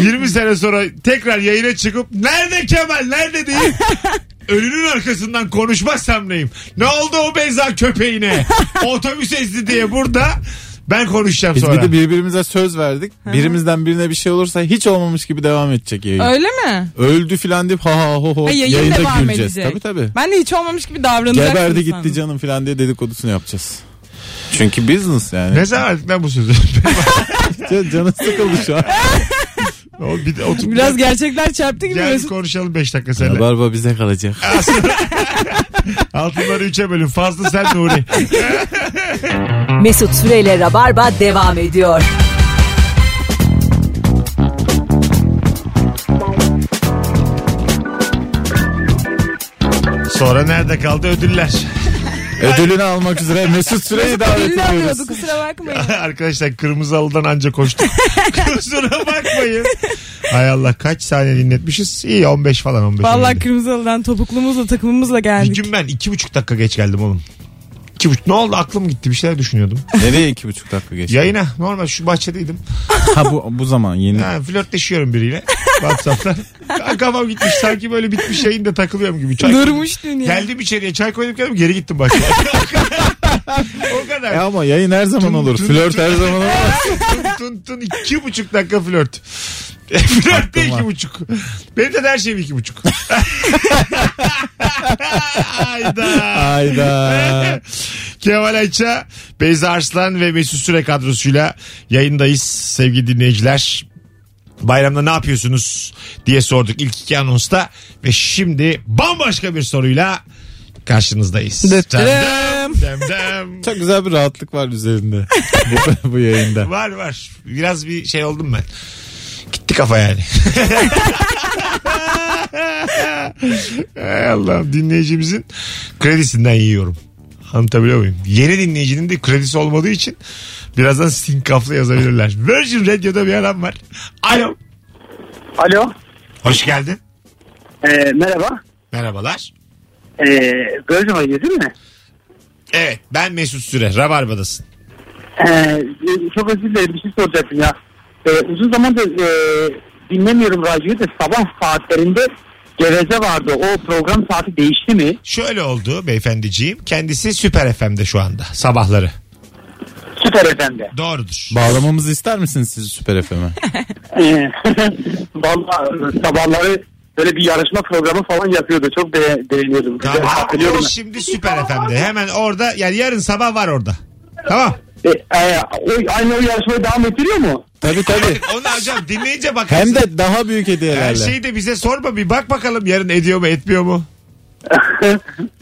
Speaker 2: 20 sene sonra tekrar yayına çıkıp nerede Kemal nerede deyip ölünün arkasından konuşmazsam neyim? Ne oldu o Beyza köpeğine? Otobüs ezdi diye burada ben konuşacağım
Speaker 3: Biz
Speaker 2: sonra.
Speaker 3: bir de birbirimize söz verdik. Birimizden birine bir şey olursa hiç olmamış gibi devam edecek yayın.
Speaker 5: Öyle mi?
Speaker 3: Öldü filan deyip ha ha ho ho.
Speaker 5: Ha, yayın
Speaker 3: yayında
Speaker 5: devam
Speaker 3: güleceğiz.
Speaker 5: edecek.
Speaker 3: Tabii tabii.
Speaker 5: Ben de hiç olmamış gibi davranacaksın
Speaker 3: Geberdi
Speaker 5: sandım.
Speaker 3: gitti canım filan diye dedikodusunu yapacağız. Çünkü business yani.
Speaker 2: Ne zaman artık lan bu sözü?
Speaker 3: Can- Canı sıkıldı şu an.
Speaker 2: O bir de oturup
Speaker 5: Biraz gerçekler çarptı gibi
Speaker 2: gel bir
Speaker 5: Mesut.
Speaker 2: konuşalım 5 dakika
Speaker 3: Ya
Speaker 2: seninle.
Speaker 3: Barba bize kalacak.
Speaker 2: Altınları 3'e bölün. Fazla sen Nuri.
Speaker 1: Mesut Süreyle Rabarba devam ediyor.
Speaker 2: Sonra nerede kaldı ödüller?
Speaker 3: Ödülünü almak üzere Mesut Süre'yi davet
Speaker 5: Elini
Speaker 3: ediyoruz.
Speaker 5: alıyordu kusura bakmayın.
Speaker 2: Arkadaşlar kırmızı halıdan anca koştuk. Kusura bakmayın. Hay Allah kaç saniye dinletmişiz? İyi 15 falan 15.
Speaker 5: Vallahi kırmızı halıdan topuklumuzla takımımızla
Speaker 2: Bir
Speaker 5: geldik.
Speaker 2: gün ben iki buçuk dakika geç geldim oğlum. İki buçuk. Ne oldu aklım gitti bir şeyler düşünüyordum.
Speaker 3: Nereye iki buçuk dakika geçti?
Speaker 2: Yayına normal şu bahçedeydim.
Speaker 3: Ha bu, bu zaman yeni.
Speaker 2: Ha, flörtleşiyorum biriyle. Whatsapp'tan. Ha, Kafam gitmiş sanki böyle bitmiş yayında takılıyorum gibi. Çay
Speaker 5: Durmuş dünya.
Speaker 2: Geldim içeriye çay koydum kendim geri gittim bahçeye. o kadar.
Speaker 3: E ama yayın her zaman olur.
Speaker 2: Tüm-
Speaker 3: Flört
Speaker 2: tüm-
Speaker 3: her zaman olmaz.
Speaker 2: tun tun tun iki buçuk dakika flört. E, flört de iki buçuk. Benim de her şeyim iki buçuk. Hayda.
Speaker 3: Hayda.
Speaker 2: Ee, Kemal Ayça, Beyza Arslan ve Mesut Süre kadrosuyla yayındayız sevgili dinleyiciler. Bayramda ne yapıyorsunuz diye sorduk ilk iki anonsta ve şimdi bambaşka bir soruyla karşınızdayız.
Speaker 5: Dıt
Speaker 2: Dem
Speaker 5: dem.
Speaker 2: dem dem.
Speaker 3: Çok güzel bir rahatlık var üzerinde. bu, bu yayında.
Speaker 2: Var var. Biraz bir şey oldum ben. Gitti kafa yani. Ey Allah'ım dinleyicimizin kredisinden yiyorum. Anlatabiliyor muyum? Yeni dinleyicinin de kredisi olmadığı için birazdan sinkaflı yazabilirler. Virgin Radio'da bir adam var. Alo.
Speaker 6: Alo.
Speaker 2: Hoş geldin.
Speaker 6: Ee, merhaba.
Speaker 2: Merhabalar.
Speaker 6: Ee, Virgin Radio değil mi?
Speaker 2: Evet ben Mesut Süre. Rabarba'dasın.
Speaker 6: Ee, çok özür dilerim bir şey soracaktım ya. Ee, uzun zamandır e, dinlemiyorum radyoyu da sabah saatlerinde geveze vardı. O program saati değişti mi?
Speaker 2: Şöyle oldu beyefendiciğim. Kendisi Süper FM'de şu anda sabahları.
Speaker 6: Süper efendi.
Speaker 2: Doğrudur.
Speaker 3: Bağlamamızı ister misiniz siz Süper FM'e?
Speaker 6: Ee, Vallahi sabahları böyle bir yarışma programı falan yapıyordu. Çok be beğeniyordum. Güzel,
Speaker 2: Tamam.
Speaker 6: hatırlıyorum.
Speaker 2: O şimdi Süper FM'de. Hemen orada yani yarın sabah var orada. Tamam.
Speaker 6: Ee, e, o- aynı o yarışmayı devam ettiriyor mu?
Speaker 3: tabii tabii.
Speaker 2: Onu hocam dinleyince bakarsın.
Speaker 3: Hem de daha büyük
Speaker 2: her
Speaker 3: hediyelerle.
Speaker 2: şeyi de bize sorma bir bak bakalım yarın ediyor mu etmiyor mu?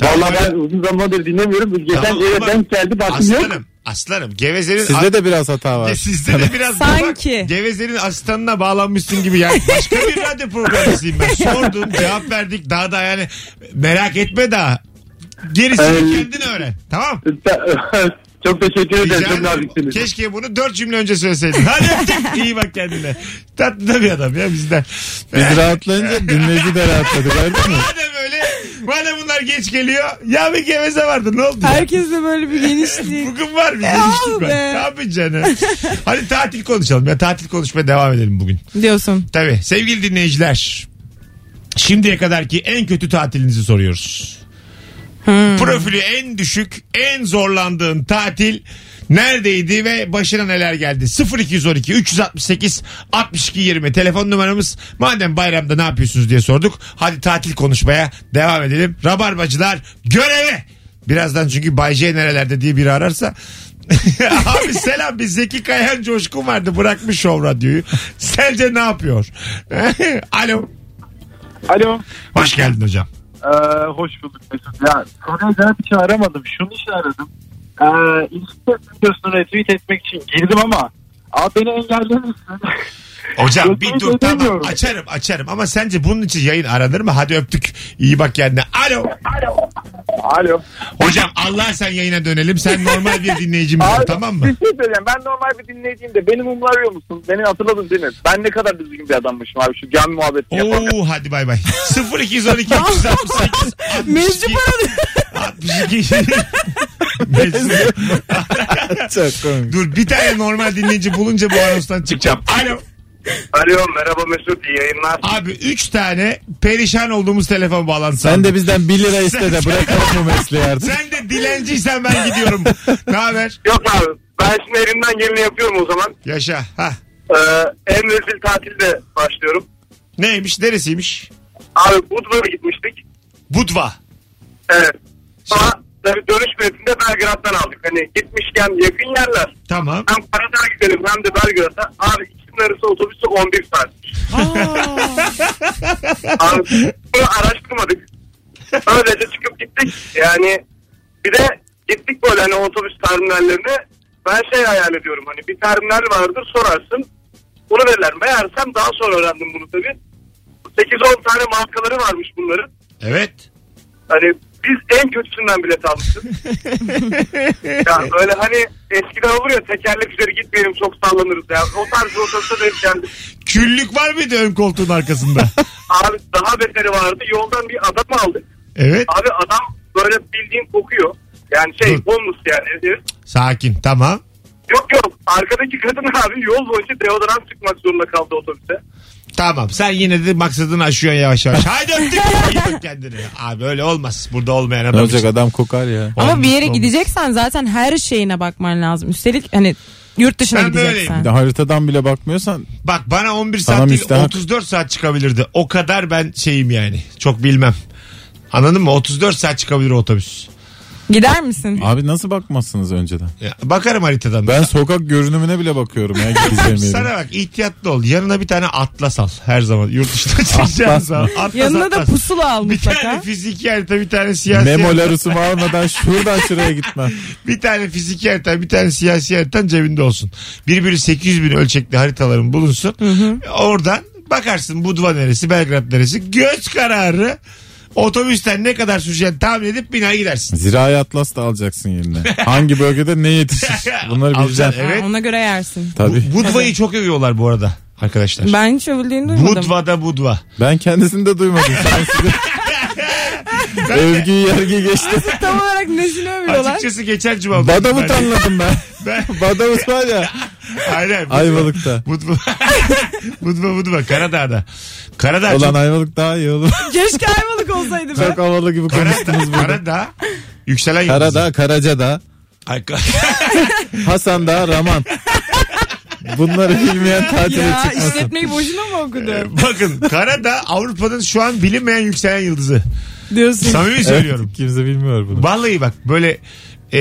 Speaker 6: Vallahi ben uzun zamandır dinlemiyorum. Geçen
Speaker 2: Tamam,
Speaker 6: eve
Speaker 2: ama-
Speaker 6: denk geldi baktım yok.
Speaker 2: Aslanım Aslanım gevezenin...
Speaker 3: Sizde de biraz hata
Speaker 2: Ya
Speaker 3: var.
Speaker 2: Sizde de biraz
Speaker 5: Sanki.
Speaker 2: bak, gevezenin asistanına bağlanmışsın gibi yani. Başka bir radyo programcısıyım ben. Sordum cevap verdik daha da yani merak etme daha. Gerisini
Speaker 9: Ay.
Speaker 2: kendin öğren. Tamam.
Speaker 9: Çok teşekkür
Speaker 2: Rica
Speaker 9: ederim. Çok
Speaker 2: ederim.
Speaker 9: naziksiniz.
Speaker 2: Keşke bunu dört cümle önce söyleseydin. Hadi öptük. İyi bak kendine. Tatlı da bir adam ya bizden.
Speaker 3: Biz rahatlayınca dinleyici de rahatladı gördün mü?
Speaker 2: Madem öyle, madem bunlar geç geliyor. Ya bir geveze vardı ne oldu? ya?
Speaker 5: Herkesle böyle bir genişlik.
Speaker 2: Bugün var bir
Speaker 5: al
Speaker 2: geliştik ben.
Speaker 5: be.
Speaker 2: Ne yapacaksın canım? Hadi tatil konuşalım. Ya tatil konuşmaya devam edelim bugün.
Speaker 5: Diyorsun.
Speaker 2: Tabii sevgili dinleyiciler. Şimdiye kadarki en kötü tatilinizi soruyoruz. Profili en düşük, en zorlandığın tatil neredeydi ve başına neler geldi? 0212 368 62 20 telefon numaramız. Madem bayramda ne yapıyorsunuz diye sorduk. Hadi tatil konuşmaya devam edelim. Rabarbacılar göreve. Birazdan çünkü Bay J nerelerde diye biri ararsa Abi selam bir Zeki Kayan coşkun vardı bırakmış şov radyoyu. Sence ne yapıyor? Alo.
Speaker 4: Alo.
Speaker 2: Hoş geldin hocam.
Speaker 4: Ee, hoş bulduk Mesut. Ya soruya cevap için aramadım. Şunu için aradım. Ee, Instagram videosunu retweet etmek için girdim ama Abi beni engellemişsin.
Speaker 2: Hocam
Speaker 4: Yok,
Speaker 2: bir
Speaker 4: yok,
Speaker 2: dur tamam
Speaker 4: edemiyorum.
Speaker 2: açarım açarım ama sence bunun için yayın aranır mı? Hadi öptük. İyi bak kendine. Alo.
Speaker 4: Alo.
Speaker 2: Hocam Allah sen yayına dönelim. Sen normal bir dinleyicimiz ol,
Speaker 4: Abi,
Speaker 2: tamam mı?
Speaker 4: Bir şey söyleyeceğim. Ben normal bir dinleyiciyim de beni mumlarıyor musun? Beni hatırladın değil mi? Ben ne kadar düzgün bir adammışım abi şu cami muhabbeti yaparken.
Speaker 2: Oo hadi bay bay. 0212 368
Speaker 5: Mecbur
Speaker 2: 62 62 Mecbur.
Speaker 3: Çok komik.
Speaker 2: Dur bir tane normal dinleyici bulunca bu anonstan çıkacağım. Alo.
Speaker 6: Alo merhaba Mesut iyi yayınlar.
Speaker 2: Abi 3 tane perişan olduğumuz telefon bağlantısı.
Speaker 3: Sen
Speaker 2: aldım.
Speaker 3: de bizden 1 lira iste de bırakalım bu mesleği artık.
Speaker 2: sen de dilenciysen ben gidiyorum. ne haber?
Speaker 6: Yok abi ben şimdi elimden geleni yapıyorum o zaman.
Speaker 2: Yaşa. Ha.
Speaker 6: Ee, en rezil tatilde başlıyorum.
Speaker 2: Neymiş? Neresiymiş?
Speaker 6: Abi Budva'ya gitmiştik.
Speaker 2: Budva.
Speaker 6: Evet. Sonra tabii dönüş biletinde Belgrad'dan aldık. Hani gitmişken yakın yerler.
Speaker 2: Tamam.
Speaker 6: Hem Karadağ'a gidelim hem de Belgrad'a. Abi ikisinin arası otobüsü 11 saat. Abi bunu araştırmadık. Öylece çıkıp gittik. Yani bir de gittik böyle hani otobüs terminallerine. Ben şey hayal ediyorum hani bir terminal vardır sorarsın. Bunu verirler. Meğersem daha sonra öğrendim bunu tabii. 8-10 tane markaları varmış bunların.
Speaker 2: Evet.
Speaker 6: Hani biz en kötüsünden bilet almıştık. ya böyle hani eskiden olur ya tekerlek üzeri gitmeyelim çok sallanırız ya. O tarz bir otobüse denk geldik.
Speaker 2: Küllük var mıydı ön koltuğun arkasında?
Speaker 6: Abi daha beteri vardı. Yoldan bir adam aldık.
Speaker 2: evet.
Speaker 6: Abi adam böyle bildiğin kokuyor. Yani
Speaker 2: Dur.
Speaker 6: şey bonus yani. Evet.
Speaker 2: Sakin. Tamam.
Speaker 6: Yok yok arkadaki kadın abi yol boyunca deodorant sıkmak zorunda kaldı otobüse.
Speaker 2: Tamam. Sen yine de maksadını aşıyorsun yavaş yavaş. Haydi öptük. İyi bak kendine. Abi öyle olmaz. Burada olmayan
Speaker 3: Ne
Speaker 2: adam.
Speaker 3: olacak
Speaker 2: işte.
Speaker 3: adam kokar ya.
Speaker 5: Ama
Speaker 2: Olmuş,
Speaker 5: bir yere
Speaker 2: olmuş.
Speaker 5: gideceksen zaten her şeyine bakman lazım. Üstelik hani yurt dışına
Speaker 2: Ben
Speaker 3: Bir
Speaker 5: gideceksen.
Speaker 3: de haritadan bile bakmıyorsan
Speaker 2: Bak bana 11 saat
Speaker 3: Sana
Speaker 2: değil
Speaker 3: müstahak.
Speaker 2: 34 saat çıkabilirdi. O kadar ben şeyim yani. Çok bilmem. Anladın mı? 34 saat çıkabilir otobüs.
Speaker 5: Gider misin?
Speaker 3: abi nasıl bakmazsınız önceden?
Speaker 2: Ya, bakarım haritadan.
Speaker 3: Ben sokak görünümüne bile bakıyorum ya gideceğim
Speaker 2: Sana
Speaker 3: yere.
Speaker 2: bak ihtiyatlı ol. Yanına bir tane atlas al. Her zaman yurt dışına çıkacağın zaman. Atlas,
Speaker 5: Yanına da
Speaker 2: atlas.
Speaker 5: pusula al
Speaker 2: Bir tane
Speaker 5: mutlaka.
Speaker 2: fiziki harita bir tane siyasi harita.
Speaker 3: Memolarımı almadan şuradan şuraya gitmem.
Speaker 2: Bir tane fiziki harita bir tane siyasi haritan cebinde olsun. Birbiri 800 bin ölçekli haritaların bulunsun. Oradan bakarsın Budva neresi Belgrad neresi. Göz kararı otobüsten ne kadar süreceğini tahmin edip biner gidersin.
Speaker 3: Zirai atlas da alacaksın yerine. Hangi bölgede ne yetişir? Bunları
Speaker 2: Alacaksın,
Speaker 3: bileceksin.
Speaker 5: Ha,
Speaker 2: Evet.
Speaker 5: Ona göre yersin.
Speaker 3: Tabii.
Speaker 2: Bu- Budva'yı çok övüyorlar bu arada arkadaşlar.
Speaker 5: Ben hiç övüldüğünü duymadım.
Speaker 2: Budva'da Budva.
Speaker 3: Ben kendisini de duymadım. Sen size... Övgüyü yergi geçti.
Speaker 5: Tam olarak nesini övüyorlar?
Speaker 2: Açıkçası geçen cuma.
Speaker 3: Badavut anladım ben.
Speaker 2: Ben-
Speaker 3: Badavut var ya.
Speaker 2: Aynen.
Speaker 3: Ayvalık'ta.
Speaker 2: Budva. Budva Budva Karadağ'da. Karadağ
Speaker 3: Ulan
Speaker 2: çok,
Speaker 3: Ayvalık daha iyi oğlum.
Speaker 5: Keşke Ayvalık olsaydı be.
Speaker 3: Çok havalı gibi konuştunuz
Speaker 2: Karadağ,
Speaker 3: burada.
Speaker 2: Karadağ yükselen yıldızı.
Speaker 3: Karadağ, Karacadağ,
Speaker 2: Ay, ka-
Speaker 3: Hasan Dağ, Raman. Bunları bilmeyen tatile
Speaker 5: Ya
Speaker 3: çıkmasın.
Speaker 5: işletmeyi boşuna mı okudu?
Speaker 2: Bakın Karadağ Avrupa'nın şu an bilinmeyen yükselen yıldızı.
Speaker 5: Diyorsun.
Speaker 2: Samimi söylüyorum.
Speaker 3: Evet, kimse bilmiyor bunu.
Speaker 2: Vallahi bak böyle e,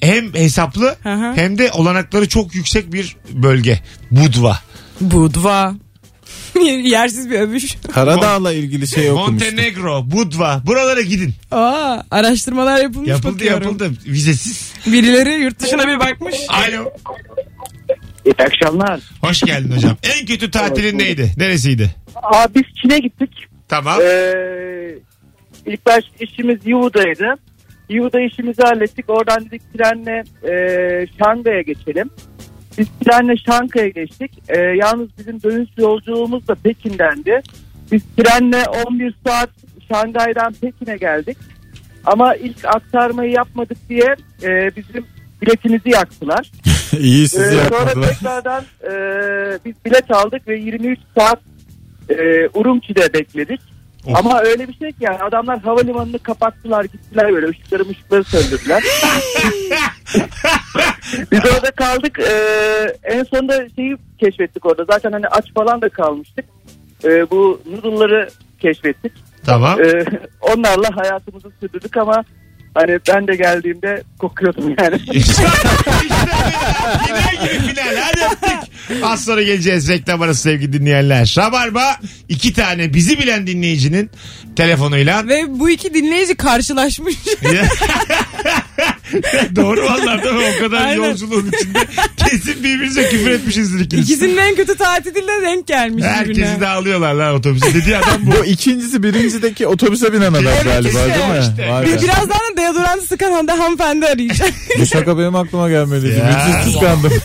Speaker 2: hem hesaplı
Speaker 5: Hı hı.
Speaker 2: hem de olanakları çok yüksek bir bölge. Budva.
Speaker 5: Budva. Yersiz bir övüş.
Speaker 3: Karadağ'la ilgili şey okumuştum.
Speaker 2: Montenegro, Budva. Buralara gidin.
Speaker 5: Aa, araştırmalar yapılmış
Speaker 2: Yapıldı
Speaker 5: bakıyorum.
Speaker 2: yapıldı. Vizesiz.
Speaker 5: Birileri yurt dışına bir bakmış.
Speaker 2: Alo.
Speaker 6: İyi akşamlar.
Speaker 2: Hoş geldin hocam. En kötü tatilin neydi? Neresiydi?
Speaker 4: Abi biz Çin'e gittik.
Speaker 2: Tamam.
Speaker 4: Ee, ilk baş işimiz Yuva'daydı. Yuva'da işimizi hallettik. Oradan dedik trenle e, Şangay'a geçelim. Biz trenle Şangay'a geçtik. E, yalnız bizim dönüş yolculuğumuz da Pekin'dendi. Biz trenle 11 saat Şangay'dan Pekin'e geldik. Ama ilk aktarmayı yapmadık diye e, bizim biletimizi yaktılar.
Speaker 3: İyi sizi
Speaker 4: Ee, sonra
Speaker 3: yakmadılar.
Speaker 4: tekrardan e, biz bilet aldık ve 23 saat e, Urumçi'de bekledik.
Speaker 2: Of.
Speaker 4: Ama öyle bir şey ki yani adamlar havalimanını kapattılar gittiler böyle ışıkları ışıkları söndürdüler. biz orada kaldık e, en sonunda şeyi keşfettik orada zaten hani aç falan da kalmıştık. E, bu noodle'ları keşfettik.
Speaker 2: Tamam.
Speaker 4: E, onlarla hayatımızı sürdürdük ama hani ben de geldiğimde kokuyordum yani.
Speaker 2: İşte- işte böyle. Final gibi final. Hadi öptük. Az sonra geleceğiz reklam arası sevgili dinleyenler. Rabarba iki tane bizi bilen dinleyicinin telefonuyla.
Speaker 5: Ve bu iki dinleyici karşılaşmış.
Speaker 2: Doğru vallahi değil mi? O kadar
Speaker 5: Aynen.
Speaker 2: yolculuğun içinde kesin birbirinize küfür etmişizdir ikiniz.
Speaker 5: İkisinin en kötü tatiline denk gelmiş birbirine.
Speaker 2: Herkesi de alıyorlar lan otobüse. Dediği adam bu.
Speaker 3: Bu ikincisi birincideki otobüse binen adam
Speaker 2: Evet
Speaker 3: galiba
Speaker 2: işte.
Speaker 3: değil mi?
Speaker 2: İşte.
Speaker 3: Vay be.
Speaker 5: Bir, birazdan da deodorant sıkan Hande hanımefendi arayacak.
Speaker 3: Bu şaka benim aklıma gelmeliydi.
Speaker 2: Ya.
Speaker 3: Müthiş kıskandım.